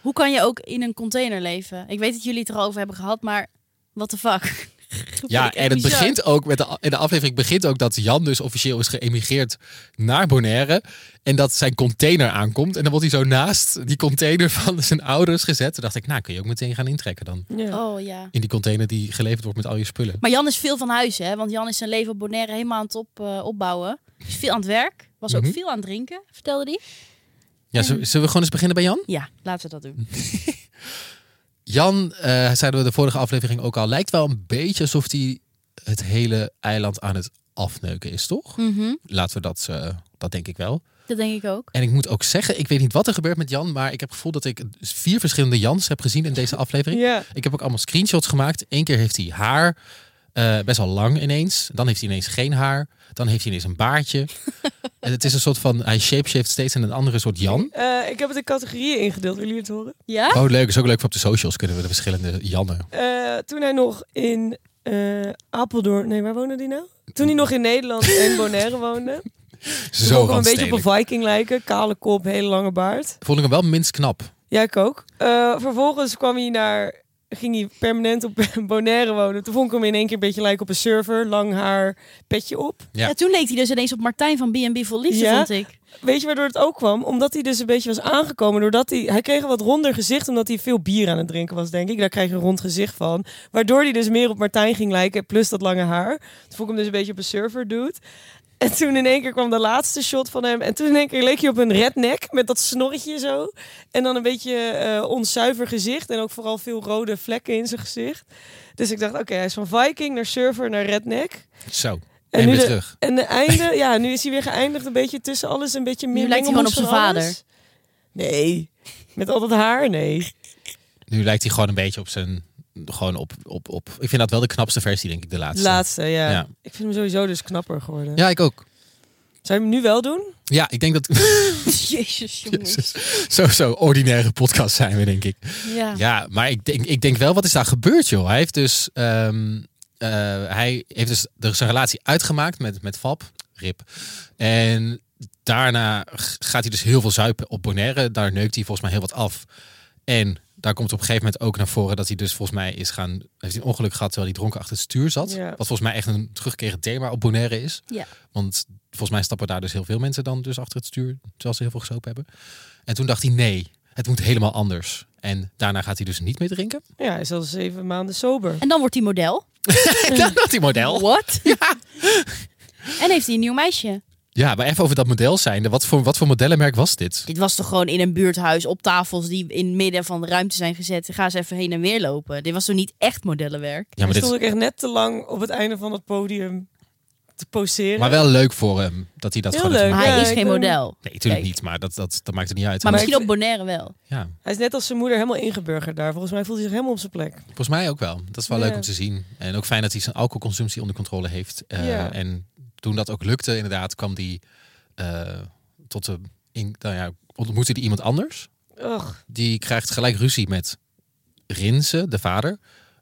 B: Hoe kan je ook in een container leven? Ik weet dat jullie het erover hebben gehad, maar what the fuck? Dat vind
A: Ja,
B: ik echt
A: en het
B: bizar.
A: begint ook met de, a- in de aflevering begint ook dat Jan dus officieel is geëmigreerd naar Bonaire en dat zijn container aankomt en dan wordt hij zo naast die container van zijn ouders gezet. Toen dacht ik, nou kun je ook meteen gaan intrekken dan
C: Ja.
B: Oh ja.
A: in die container die geleverd wordt met al je spullen.
B: Maar Jan is veel van huis, hè? Want Jan is zijn leven op Bonaire helemaal aan het op, eh, opbouwen. Is veel aan het werk. Was ook
A: Mhm.
B: veel aan het drinken, vertelde hij.
A: Ja, zullen we gewoon eens beginnen bij Jan?
B: Ja, laten we dat doen.
A: Jan, eh, zeiden we de vorige aflevering ook al, lijkt wel een beetje alsof hij het hele eiland aan het afneuken is, toch?
C: Hm.
B: Mhm,
A: Laten we dat, eh, dat denk ik wel.
B: Dat denk ik ook.
A: En ik moet ook zeggen, ik weet niet wat er gebeurt met Jan, maar ik heb het gevoel dat ik vier verschillende Jans heb gezien in deze aflevering.
C: Ja.
A: Ik heb ook allemaal screenshots gemaakt. Eén keer heeft hij haar, eh, best wel lang ineens. Dan heeft hij ineens geen haar. Dan heeft hij ineens een baardje. en het is een soort van, hij shapeshift steeds in een andere soort Jan.
C: Eh, ik heb het in categorieën ingedeeld. Willen jullie het horen?
B: Ja?
A: Oh, leuk. Is ook leuk voor op de socials kunnen we de verschillende Jannen.
C: Eh, toen hij nog in eh, Apeldoorn... Nee, waar woonde hij nou? Toen hij nog in Nederland en Bonaire woonde. Toen
A: Zo
C: kon ik hem een beetje op
A: randstedelijk.
C: een viking lijken. Kale kop, hele lange baard.
A: Vond ik hem wel minst knap.
C: Ja, ik ook. Eh, vervolgens kwam hij naar... Ging hij permanent op Bonaire wonen. Toen vond ik hem in één keer een beetje lijken op een server. Lang haar, petje op.
A: Ja.
B: Ja, toen leek hij dus ineens op Martijn van B&B voor Liefde,
C: Ja?
B: vond ik.
C: Weet je waardoor het ook kwam? Omdat hij dus een beetje was aangekomen. Doordat hij, hij kreeg een wat ronder gezicht. Omdat hij veel bier aan het drinken was, denk ik. Daar krijg je een rond gezicht van. Waardoor hij dus meer op Martijn ging lijken. Plus dat lange haar. Toen vond ik hem dus een beetje op een surfer dude. En toen in één keer kwam de laatste shot van hem. En toen in één keer leek hij op een redneck. Met dat snorretje zo. En dan een beetje eh, onzuiver gezicht. En ook vooral veel rode vlekken in zijn gezicht. Dus ik dacht, oké, hij is van viking naar surfer naar redneck.
A: Zo. En,
C: En nu
A: weer
C: de-
A: terug.
C: En de einde, ja, nu is hij weer geëindigd een beetje tussen alles, een beetje meer.
B: lijkt hij gewoon
C: mengelmoes
B: op
C: van
B: zijn
C: alles. Nee, met al dat haar, nee.
A: Nu lijkt hij gewoon een beetje op zijn. Gewoon op, op, op. Ik vind dat wel de knapste versie, denk ik, de
C: De
A: laatste.
C: laatste, ja.
A: Ja.
C: Ik vind hem sowieso dus knapper geworden.
A: Ja, ik ook.
C: Zou je hem nu wel doen?
A: Ja, ik denk dat.
B: Jezus, jongens.
A: zo, zo ordinaire podcast zijn we, denk ik.
B: Ja.
A: Ja, maar ik denk, ik denk wel, wat is daar gebeurd, joh? Hij heeft dus. ehm, eh, hij heeft dus de- zijn relatie uitgemaakt met, met Fab, Rip. En daarna g- gaat hij dus heel veel zuipen op Bonaire. Daar neukt hij volgens mij heel wat af. En daar komt op een gegeven moment ook naar voren dat hij dus volgens mij is gaan. Heeft hij een ongeluk gehad terwijl hij dronken achter het stuur zat.
C: Ja.
A: Wat volgens mij echt een terugkerend thema op Bonaire is.
B: Ja.
A: Want volgens mij stappen daar dus heel veel mensen dan dus achter het stuur, terwijl ze heel veel gesopen hebben. En toen dacht hij, nee, het moet helemaal anders. En daarna gaat hij dus niet meer drinken.
C: Ja, hij is al zeven maanden sober.
B: En dan wordt hij model.
A: En dan dat die model.
B: What? Ja. En heeft hij een nieuw meisje.
A: Ja, maar even over dat model zijnde. Wat voor, wat voor modellenmerk was dit?
B: Dit was toch gewoon in een buurthuis op tafels die in het midden van de ruimte zijn gezet. Ga eens even heen en weer lopen. Dit was toch niet echt modellenwerk?
A: Ja, maar,
C: Hij stond
A: dit,
C: ook echt net te lang op het einde van het podium te poseren.
A: maar wel leuk voor hem dat hij dat
C: Heel
A: gewoon heeft
C: leuk.
B: Maar
A: gemaakt.
B: hij
C: Ja,
B: is
C: ik
B: geen
C: ben-
B: model.
A: Nee, natuurlijk
B: Kijk.
A: niet, maar dat, dat, dat maakt er niet uit.
B: Maar
A: Maar
B: misschien
C: ik-
B: op Bonaire wel.
A: ja,
C: Hij is net als zijn moeder helemaal ingeburgerd daar. Volgens mij voelt hij zich helemaal op zijn plek.
A: volgens mij ook wel. Dat is wel
C: Ja.
A: leuk om te zien. En ook fijn dat hij zijn alcoholconsumptie onder controle heeft. Eh,
C: Ja.
A: En toen dat ook lukte, inderdaad, kwam hij eh, tot de... In, nou ja, ontmoette hij iemand anders.
C: Och,
A: die krijgt gelijk ruzie met Rinse, de vader.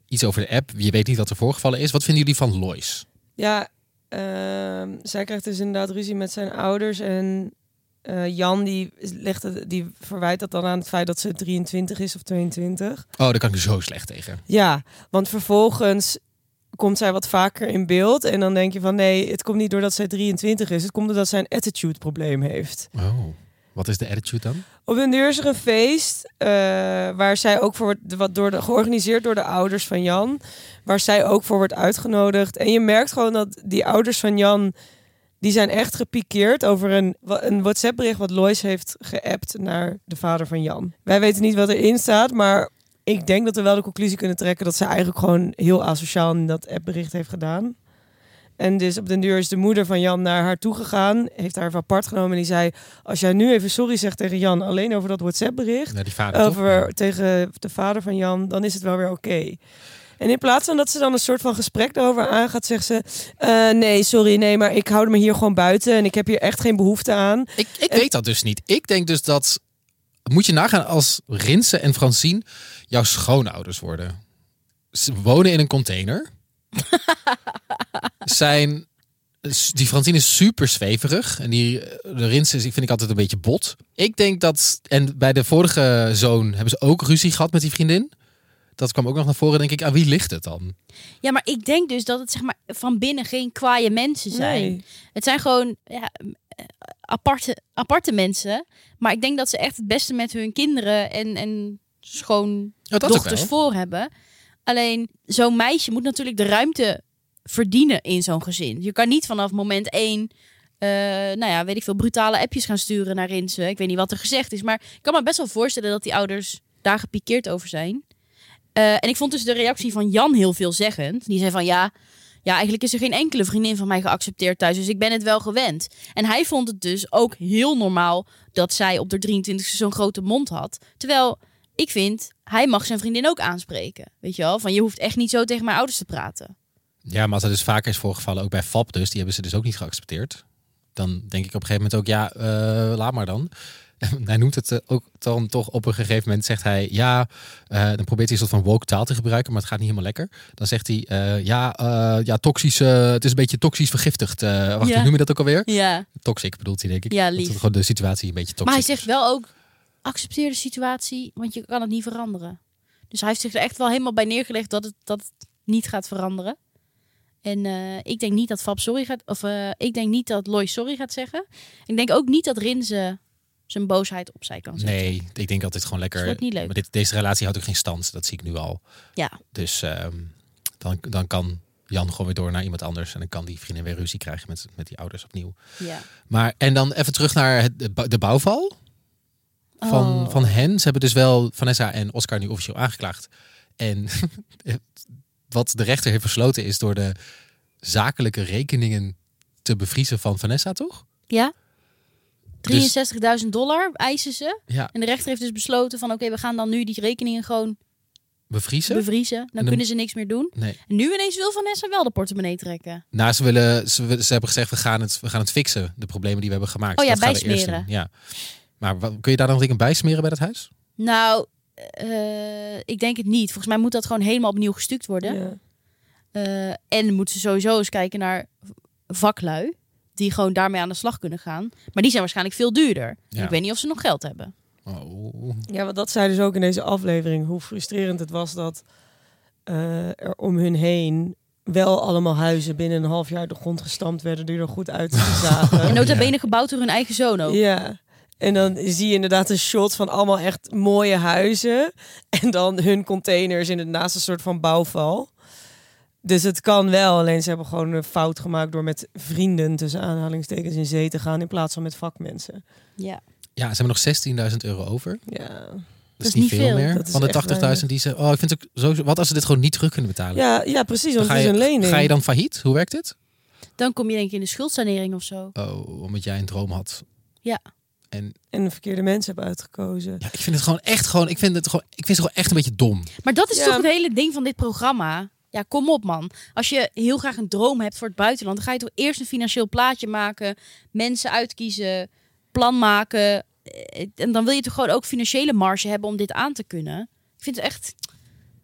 A: Iets over de app. Je weet niet wat er voorgevallen is. Wat vinden jullie van Lois?
C: ja. ehm, zij krijgt dus inderdaad ruzie met zijn ouders. En eh, Jan die, legt het, die verwijt dat dan aan het feit dat ze 23 is of 22.
A: Oh, daar kan ik zo slecht tegen.
C: Ja, want vervolgens komt zij wat vaker in beeld. En dan denk je van nee, het komt niet doordat zij 23 is. Het komt doordat zij een attitude probleem heeft.
A: Oh, wat is de attitude dan?
C: Op den duur is er een feest eh, waar zij ook voor wordt, wat door de, georganiseerd door de ouders van Jan. Waar zij ook voor wordt uitgenodigd. En je merkt gewoon dat die ouders van Jan, die zijn echt gepikeerd over een, wa- een WhatsApp bericht wat Lois heeft geappt naar de vader van Jan. Wij weten niet wat erin staat, maar ik denk dat we wel de conclusie kunnen trekken dat zij eigenlijk gewoon heel asociaal in dat appbericht heeft gedaan. En dus op den duur is de moeder van Jan naar haar toe gegaan, heeft haar even apart genomen en die zei, als jij nu even sorry zegt tegen Jan, alleen over dat WhatsApp-bericht,
A: Naar die vader
C: over
A: toch?
C: tegen de vader van Jan, dan is het wel weer oké. En in plaats van dat ze dan een soort van gesprek daarover aangaat, zegt ze: "Eh, Nee, sorry, nee, maar ik hou me hier gewoon buiten en ik heb hier echt geen behoefte aan.
A: Ik, ik weet dat dus niet. Ik denk dus dat... Moet je nagaan als Rinse en Francine jouw schoonouders worden. Ze wonen in een container. zijn, die Francine is super zweverig. En die eh, de Rins is, vind ik altijd een beetje bot. Ik denk dat... En bij de vorige zoon hebben ze ook ruzie gehad met die vriendin. Dat kwam ook nog naar voren, denk ik. Aan wie ligt het dan?
B: Ja, maar ik denk dus dat het zeg maar, van binnen geen kwaaie mensen zijn.
C: Nee.
B: Het zijn gewoon ja, eh, aparte, aparte mensen. Maar ik denk dat ze echt het beste met hun kinderen en, en schoon
A: Ja, dat ook
B: dochters
A: wel.
B: voor hebben. Alleen zo'n meisje moet natuurlijk de ruimte verdienen in zo'n gezin. Je kan niet vanaf moment één, eh, nou ja, weet ik veel, brutale appjes gaan sturen naar Rinsen. Ik weet niet wat er gezegd is, maar ik kan me best wel voorstellen dat die ouders daar gepikeerd over zijn. Eh, en ik vond dus de reactie van Jan heel veelzeggend. Die zei van ja, ja, eigenlijk is er geen enkele vriendin van mij geaccepteerd thuis, dus ik ben het wel gewend. En hij vond het dus ook heel normaal dat zij op de 23e zo'n grote mond had. Terwijl ik vind, hij mag zijn vriendin ook aanspreken. Weet je wel? Van je hoeft echt niet zo tegen mijn ouders te praten.
A: Ja, maar als dat dus vaker is voorgevallen, ook bij FAP dus, die hebben ze dus ook niet geaccepteerd. Dan denk ik op een gegeven moment ook, ja, eh, laat maar dan. hij noemt het eh, ook dan toch op een gegeven moment, zegt hij, ja, eh, dan probeert hij een soort van woke taal te gebruiken, maar het gaat niet helemaal lekker. Dan zegt hij, eh, ja, eh, ja, toxisch, eh, het is een beetje toxisch vergiftigd. eh wacht,
B: Ja.
A: hoe noem je dat ook alweer?
B: Ja.
A: Toxic bedoelt hij, denk ik.
B: Ja,
A: Dat
B: lief.
A: het gewoon de situatie een beetje toxisch
B: Maar hij
A: is.
B: zegt wel ook, accepteer de situatie, want je kan het niet veranderen. Dus hij heeft zich er echt wel helemaal bij neergelegd dat het, dat het niet gaat veranderen. En eh, ik denk niet dat Fab sorry gaat, of eh, ik denk niet dat Lois sorry gaat zeggen. Ik denk ook niet dat Rinze zijn boosheid opzij kan zetten.
A: Nee, ik denk dat dit gewoon lekker...
B: Het wordt niet leuk.
A: Maar dit, deze relatie houdt ook geen stand, dat zie ik nu al.
B: Ja.
A: Dus ehm, dan, dan kan Jan gewoon weer door naar iemand anders. En dan kan die vriendin weer ruzie krijgen met, met die ouders opnieuw.
B: ja.
A: Maar, en dan even terug naar het, de bou- de bouwval van,
B: Oh.
A: van hen. Ze hebben dus wel Vanessa en Oscar nu officieel aangeklaagd. En wat de rechter heeft besloten is door de zakelijke rekeningen te bevriezen van Vanessa, toch?
B: Ja?
A: Dus-
B: 63.000 dollar eisen ze.
A: Ja,
B: En de rechter heeft dus besloten van oké, we gaan dan nu die rekeningen gewoon
A: bevriezen.
B: bevriezen. Dan,
A: dan-
B: kunnen ze niks meer doen.
A: nee.
B: En nu ineens wil Vanessa wel de portemonnee trekken.
A: Nou, ze, willen, ze, wi- ze hebben gezegd, we gaan, het, we gaan het fixen. De problemen die we hebben gemaakt.
B: Oh ja,
A: Dat gaan we eerst
B: bijsmeren.
A: doen, Ja. Maar wat, kun je daar dan dingen bij smeren bij dat huis?
B: Nou, eh, ik denk het niet. Volgens mij moet dat gewoon helemaal opnieuw gestuukt worden.
C: Ja.
B: Eh, en moeten ze sowieso eens kijken naar vaklui. Die gewoon daarmee aan de slag kunnen gaan. Maar die zijn waarschijnlijk veel duurder.
A: Ja.
B: Ik weet niet of ze nog geld hebben.
A: Oh.
C: Ja, want dat zei dus ook in deze aflevering hoe frustrerend het was dat eh, er om hun heen wel allemaal huizen binnen een half jaar de grond gestampt werden die er goed uit zagen.
B: en nota bene gebouwd door hun eigen zoon ook.
C: Ja. En dan zie je inderdaad een shot van allemaal echt mooie huizen. En dan hun containers in het naast een soort van bouwval. Dus het kan wel, alleen ze hebben gewoon een fout gemaakt door met vrienden tussen aanhalingstekens in zee te gaan in plaats van met vakmensen.
B: Ja.
A: Ja, ze hebben nog 16.000 euro over.
C: Ja,
A: Dat is niet veel, meer.
C: Dat is
A: Van
C: echt eh,
A: de 80.000
C: weinig.
A: die ze... Oh, ik vind het ook zo... Wat als ze dit gewoon niet terug kunnen betalen?
C: ja, ja precies,
A: Dan
C: want
A: ga,
C: het is een
A: je,
C: lening.
A: ga je dan failliet? Hoe werkt dit?
B: Dan kom je denk ik in de schuldsanering of zo.
A: Oh, omdat jij een droom had.
B: Ja.
A: En
C: En de verkeerde mensen hebt uitgekozen.
A: ja, ik vind het gewoon echt gewoon... Ik vind, het gewoon, ik vind ze gewoon echt een beetje dom.
B: Maar dat is
C: Ja.
B: toch het hele ding van dit programma? Ja, kom op man. Als je heel graag een droom hebt voor het buitenland, dan ga je toch eerst een financieel plaatje maken, mensen uitkiezen, plan maken. Eh, En dan wil je toch gewoon ook financiële marge hebben om dit aan te kunnen. Ik vind het echt.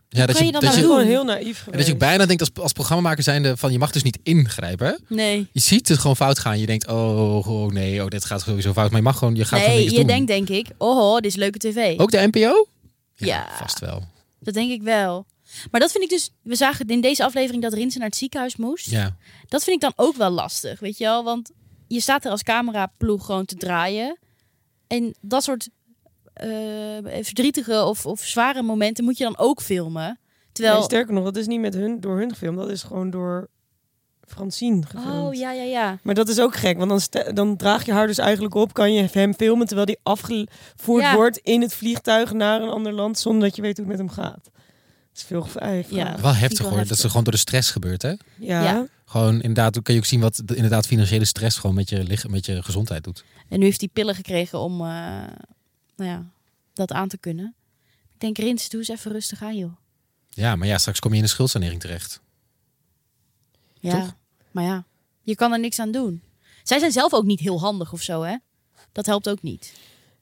A: Ja, dat
B: kan je dat
C: Dat
A: dat
C: is
B: nou
A: je,
B: doen?
C: gewoon heel naïef
A: en
C: geweest.
A: dat je ook bijna denkt als, als programmamaker zijnde van... Je mag dus niet ingrijpen.
B: Nee.
A: Je ziet het gewoon fout gaan. Je denkt, oh, oh nee, oh, dit gaat sowieso fout. Maar je mag gewoon... Je gaat gewoon
B: Nee,
A: niks
B: je
A: doen.
B: denkt denk ik, oh, dit is leuke tv.
A: Ook de NPO?
B: Ja.
A: Vast wel.
B: Dat denk ik wel. Maar dat vind ik dus. We zagen in deze aflevering dat Rinsen naar het ziekenhuis moest.
A: Ja.
B: Dat vind ik dan ook wel lastig, weet je wel? Want je staat er als cameraploeg gewoon te draaien. En dat soort eh, verdrietige of, of zware momenten moet je dan ook filmen.
C: Nee,
B: Terwijl...
C: sterker nog, dat is niet met hun, door hun gefilmd, dat is gewoon door Francine gefilmd.
B: Oh, ja, ja, ja.
C: Maar dat is ook gek, want dan, ste- dan draag je haar dus eigenlijk op. Kan je hem filmen terwijl die afgevoerd
B: Ja.
C: wordt in het vliegtuig naar een ander land zonder dat je weet hoe het met hem gaat. Het is veel geveiligd.
B: Ja.
A: Wel
B: vind
A: heftig
B: ik wel
A: hoor, dat
B: heftig.
A: ze gewoon door de stress gebeurt hè.
C: Ja.
B: Ja.
A: Gewoon inderdaad, dan kan je ook zien wat de, inderdaad financiële stress gewoon met je, lich- met je gezondheid doet.
B: En nu heeft hij pillen gekregen om eh, nou ja, dat aan te kunnen. Ik denk, Rins, doe eens even rustig aan, joh.
A: Ja, maar ja, straks kom je in de schuldsanering terecht.
B: Ja,
C: Toch?
B: maar ja, je kan er niks aan doen. Zij zijn zelf ook niet heel handig of zo, hè? Dat helpt ook niet.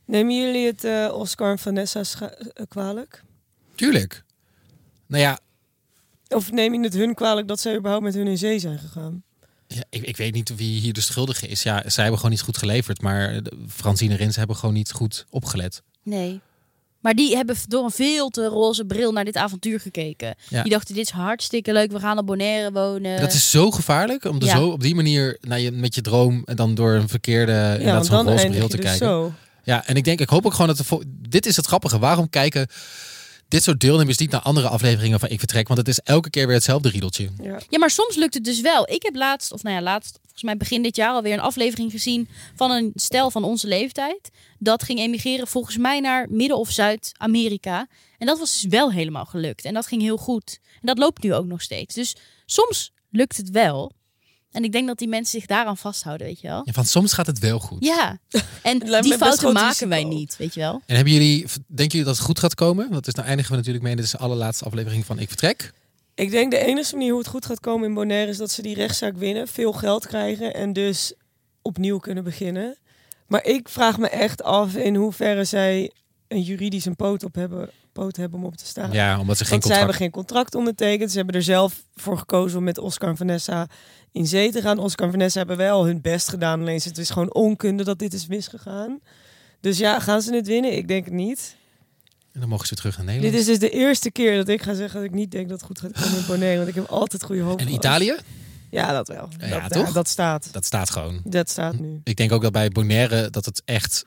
C: Nemen jullie het eh, Oscar en Vanessa scha- eh, kwalijk?
A: Tuurlijk. Nou ja,
C: Of neem je het hun kwalijk dat zij überhaupt met hun in zee zijn gegaan?
A: Ja, ik, ik weet niet wie hier de schuldige is. Ja, zij hebben gewoon niet goed geleverd. Maar de- Francine en Rins hebben gewoon niet goed opgelet.
B: Nee. Maar die hebben door een veel te roze bril naar dit avontuur gekeken.
A: Ja.
B: Die dachten, dit is hartstikke leuk. We gaan op Bonaire wonen.
A: dat is zo gevaarlijk. Om er
B: ja.
A: zo op die manier naar je, met je droom en dan door een verkeerde inderdaad zo'n roze bril te kijken.
C: dus zo.
A: Ja, en ik denk, ik hoop ook gewoon dat... De vol- dit is het grappige. Waarom kijken dit soort deelnemers niet naar andere afleveringen van Ik Vertrek? Want het is elke keer weer hetzelfde riedeltje.
C: Ja.
B: Ja, maar soms lukt het dus wel. Ik heb laatst, of nou ja, laatst, volgens mij begin dit jaar alweer een aflevering gezien van een stel van onze leeftijd. Dat ging emigreren volgens mij naar Midden- of Zuid-Amerika. En dat was dus wel helemaal gelukt. En dat ging heel goed. En dat loopt nu ook nog steeds. Dus soms lukt het wel. En ik denk dat die mensen zich daaraan vasthouden, weet je wel.
A: Ja, want soms gaat het wel goed.
B: Ja, en
C: lijkt
B: die
C: me best
B: fouten
C: groot
B: maken wij
C: risico.
B: niet, weet je wel.
A: En hebben jullie, v- denken jullie dat het goed gaat komen? Want dus nou eindigen we natuurlijk mee. Dit is de allerlaatste aflevering van Ik Vertrek.
C: Ik denk de enige manier hoe het goed gaat komen in Bonaire is dat ze die rechtszaak winnen, veel geld krijgen en dus opnieuw kunnen beginnen. Maar ik vraag me echt af in hoeverre zij een juridisch een poot op hebben, poot hebben om op te staan.
A: Ja, omdat ze geen
C: Want zij
A: contract
C: hebben geen contract ondertekend. Ze hebben er zelf voor gekozen om met Oscar en Vanessa in zee te gaan. Oscar en Vanessa hebben wel hun best gedaan. Alleen het is gewoon onkunde dat dit is misgegaan. Dus ja, gaan ze het winnen? Ik denk het niet.
A: En dan mogen ze terug naar
C: Dit
A: Nederland.
C: is dus de eerste keer dat ik ga zeggen dat ik niet denk dat het goed gaat komen in Bonaire. Want ik heb altijd goede hoop.
A: En
C: gehad.
A: Italië?
C: Ja, dat wel.
A: Ja,
C: dat,
A: toch?
C: ja, dat staat.
A: Dat staat gewoon.
C: Dat staat nu.
A: Ik denk ook dat bij Bonaire dat het echt...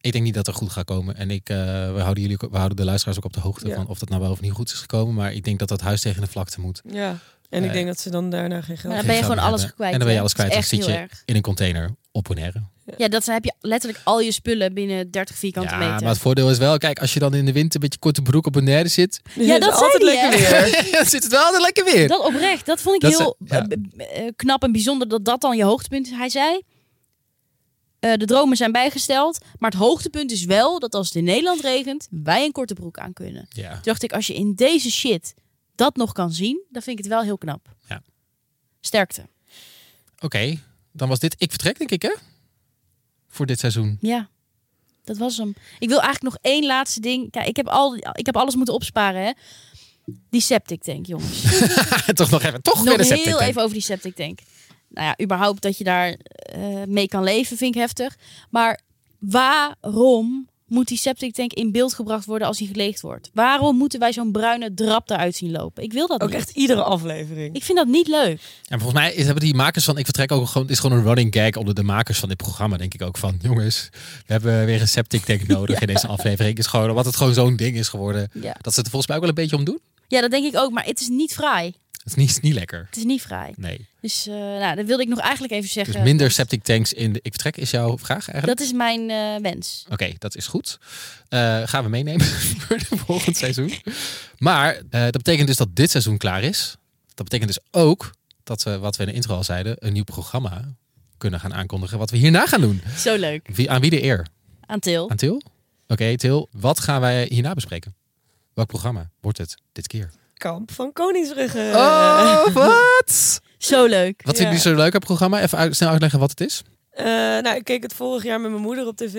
A: Ik denk niet dat het goed gaat komen. En ik, eh, we, houden jullie, ook- we houden de luisteraars ook op de hoogte
C: Ja.
A: van of dat nou wel of niet goed is gekomen. Maar ik denk dat dat huis tegen de vlakte moet.
C: Ja. En
A: Eh,
C: ik denk dat ze dan daarna geen geld
B: Maar dan
A: Geen
B: ben je
A: geld
B: gewoon alles
A: hebben.
B: kwijt.
A: En dan ben je
B: hè?
A: alles
B: Dat is
A: kwijt. Dan
B: echt
A: zit
B: heel
A: je
B: erg.
A: in een container op Bonaire.
B: Ja, dat dan heb je letterlijk al je spullen binnen 30 vierkante
A: ja,
B: meter.
A: maar het voordeel is wel, kijk, als je dan in de winter met je korte broek op Bonaire zit,
C: hebben.
B: Ja,
C: Het is
B: dat zei
C: altijd
B: die,
C: lekker
B: hè?
C: weer.
A: dan zit het wel altijd lekker weer.
B: Dat oprecht, dat vond ik
A: Dat
B: heel
A: ze- ja.
B: eh, b- b- eh, knap en bijzonder dat dat dan je hoogtepunt is. Hij zei, eh, de dromen zijn bijgesteld, maar het hoogtepunt is wel dat als het in Nederland regent, wij een korte broek aan kunnen. Toen
A: Ja.
B: dacht ik, als je in deze shit dat nog kan zien, dan vind ik het wel heel knap.
A: Ja.
B: Sterkte.
A: Oké, dan was dit Ik Vertrek, denk ik, hè? Voor dit seizoen.
B: Ja, dat was hem. Ik wil eigenlijk nog één laatste ding. Kijk, ik heb, al, ik heb alles moeten opsparen, hè. Die septic tank, jongens.
A: toch nog even, toch weer
B: Nog
A: de septic
B: heel
A: tank.
B: even over die septic tank. Nou ja, überhaupt dat je daar eh, mee kan leven, vind ik heftig. Maar waarom moet die septic tank in beeld gebracht worden als hij geleegd wordt? Waarom moeten wij zo'n bruine drap daaruit zien lopen? Ik wil dat
C: Ook
B: niet.
C: echt iedere aflevering.
B: Ik vind dat niet leuk.
A: En volgens mij is, hebben die makers van Ik Vertrek ook gewoon, is gewoon een running gag onder de makers van dit programma, denk ik ook. Van jongens, we hebben weer een septic tank nodig in deze aflevering. Is gewoon, wat het gewoon zo'n ding is geworden.
B: Ja.
A: Dat ze het er volgens mij ook wel een beetje om doen.
B: ja, dat denk ik ook. Maar het is niet fraai.
A: Het is niet, niet lekker.
B: Het is niet fraai.
A: Nee.
B: Dus eh, nou, dat wilde ik nog eigenlijk even zeggen.
A: Dus minder septic tanks in de Ik Vertrek is jouw vraag eigenlijk?
B: Dat is mijn eh, wens.
A: Oké, dat is goed. Eh, gaan we meenemen voor de volgend seizoen. Maar eh, dat betekent dus dat dit seizoen klaar is. Dat betekent dus ook dat we, wat we in de intro al zeiden, een nieuw programma kunnen gaan aankondigen. Wat we hierna gaan doen.
B: Zo leuk.
A: Wie, aan wie de eer?
B: Aan Til.
A: Aan Til? Oké, Til, wat gaan wij hierna bespreken? Welk programma wordt het dit keer?
C: Kamp van Koningsbrugge.
A: Oh! wat?
B: Zo leuk.
A: Wat vind je
C: Eh. Ja.
A: zo leuk aan het programma? Even uit- snel uitleggen wat het is.
C: Eh, nou, ik keek het vorig jaar met mijn moeder op tv.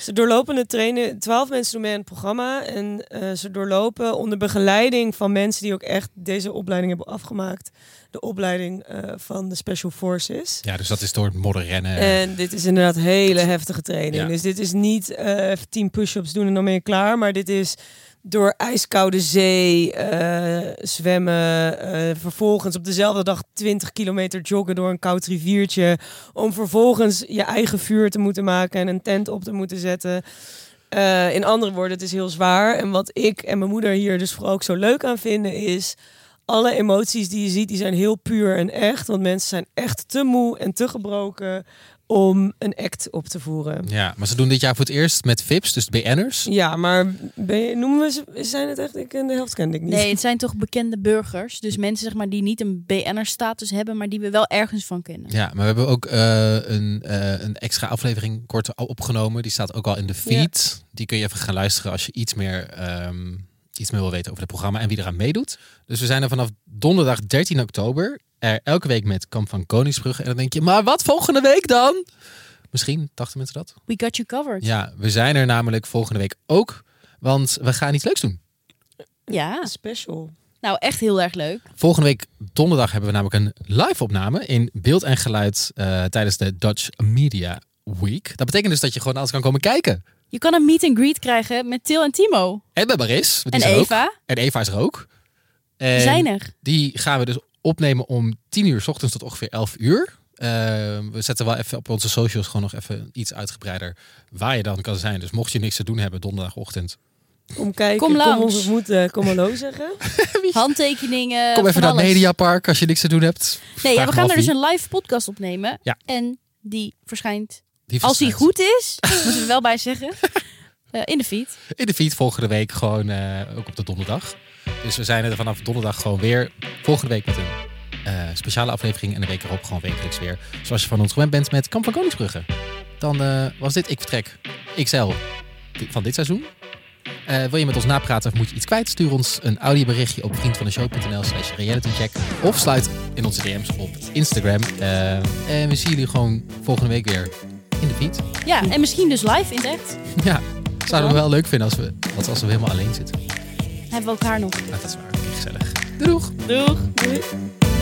C: ze doorlopen het trainen. Twaalf mensen doen mee aan het programma. En eh, ze doorlopen onder begeleiding van mensen die ook echt deze opleiding hebben afgemaakt. De opleiding eh, van de Special Forces.
A: Ja, dus dat is door het modderrennen.
C: En dit is inderdaad hele heftige training.
A: eh, Ja.
C: Dus dit is niet eh even tien push-ups doen en dan ben je klaar. Maar dit is door ijskoude zee eh, zwemmen. eh, vervolgens op dezelfde dag 20 kilometer joggen door een koud riviertje. Om vervolgens je eigen vuur te moeten maken en een tent op te moeten zetten. Eh, in andere woorden, het is heel zwaar. En wat ik en mijn moeder hier dus vooral ook zo leuk aan vinden is... Alle emoties die je ziet, die zijn heel puur en echt. Want mensen zijn echt te moe en te gebroken om een act op te voeren.
A: Ja, maar ze doen dit jaar voor het eerst met VIPs, dus BN'ers.
C: Ja, maar ben je, noemen we ze, zijn het echt? Ik, de helft kende ik niet.
B: Nee, het zijn toch bekende burgers. Dus mensen zeg maar, die niet een BN'er-status hebben, maar die we wel ergens van kennen.
A: Ja, maar we hebben ook eh, een, eh, een extra aflevering kort al opgenomen. Die staat ook al in de feed. Die kun je even gaan luisteren als je iets meer, ehm, iets meer wil weten over het programma en wie eraan meedoet. Dus we zijn er vanaf donderdag 13 oktober. Er elke week met Kamp van Koningsbrug. En dan denk je, maar wat volgende week dan? Misschien dachten mensen dat.
B: We got you covered.
A: Ja, we zijn er namelijk volgende week ook. Want we gaan iets leuks doen.
B: Ja.
C: Special.
B: Nou, echt heel erg leuk.
A: Volgende week donderdag hebben we namelijk een live opname in beeld en geluid eh, tijdens de Dutch Media Week. Dat betekent dus dat je gewoon alles kan komen kijken.
B: Je kan een meet and greet krijgen met Til en Timo.
A: En bij Baris. want
B: En
A: die is er ook.
B: Eva.
A: En Eva is er ook.
B: We
A: En
B: zijn er.
A: Die gaan we dus opnemen om 10 uur s ochtends tot ongeveer 11 uur. Eh, we zetten wel even op onze socials gewoon nog even iets uitgebreider waar je dan kan zijn. Dus mocht je niks te doen hebben donderdagochtend.
B: Eh,
C: Kom kijken,
B: Kom
C: kom,
B: langs.
C: ons ontmoeten, kom hallo zeggen.
B: Handtekeningen.
A: Kom even
B: van
A: naar het
B: alles.
A: Mediapark als je niks te doen hebt.
B: Nee, ja,
A: Vraag
B: we
A: me
B: gaan
A: af
B: er dus
A: wie.
B: een live podcast opnemen.
A: Ja.
B: En die verschijnt,
A: Die
B: als die goed
A: verschijnt.
B: is, moeten we er wel bij zeggen, eh, in de feed.
A: in de feed volgende week gewoon eh, ook op de donderdag. Dus we zijn er vanaf donderdag gewoon weer. Volgende week met een eh, speciale aflevering en de week erop gewoon wekelijks weer. Zoals je van ons gewend bent met Kamp van Koningsbrugge. Dan eh, was dit Ik Vertrek XL di- van dit seizoen. Eh, wil je met ons napraten of moet je iets kwijt? Stuur ons een audioberichtje op vriendvandeshow.nl slash realitycheck. Of sluit in onze DM's op Instagram. Eh, en we zien jullie gewoon volgende week weer in de feed.
B: Ja, en misschien dus live in het echt.
A: Ja, zouden we wel leuk vinden als we, als als we helemaal alleen zitten. Nou,
B: Hebben we elkaar nog.
A: Maar dat is waar. Gezellig. Doeg!
B: Doeg.
C: Doei.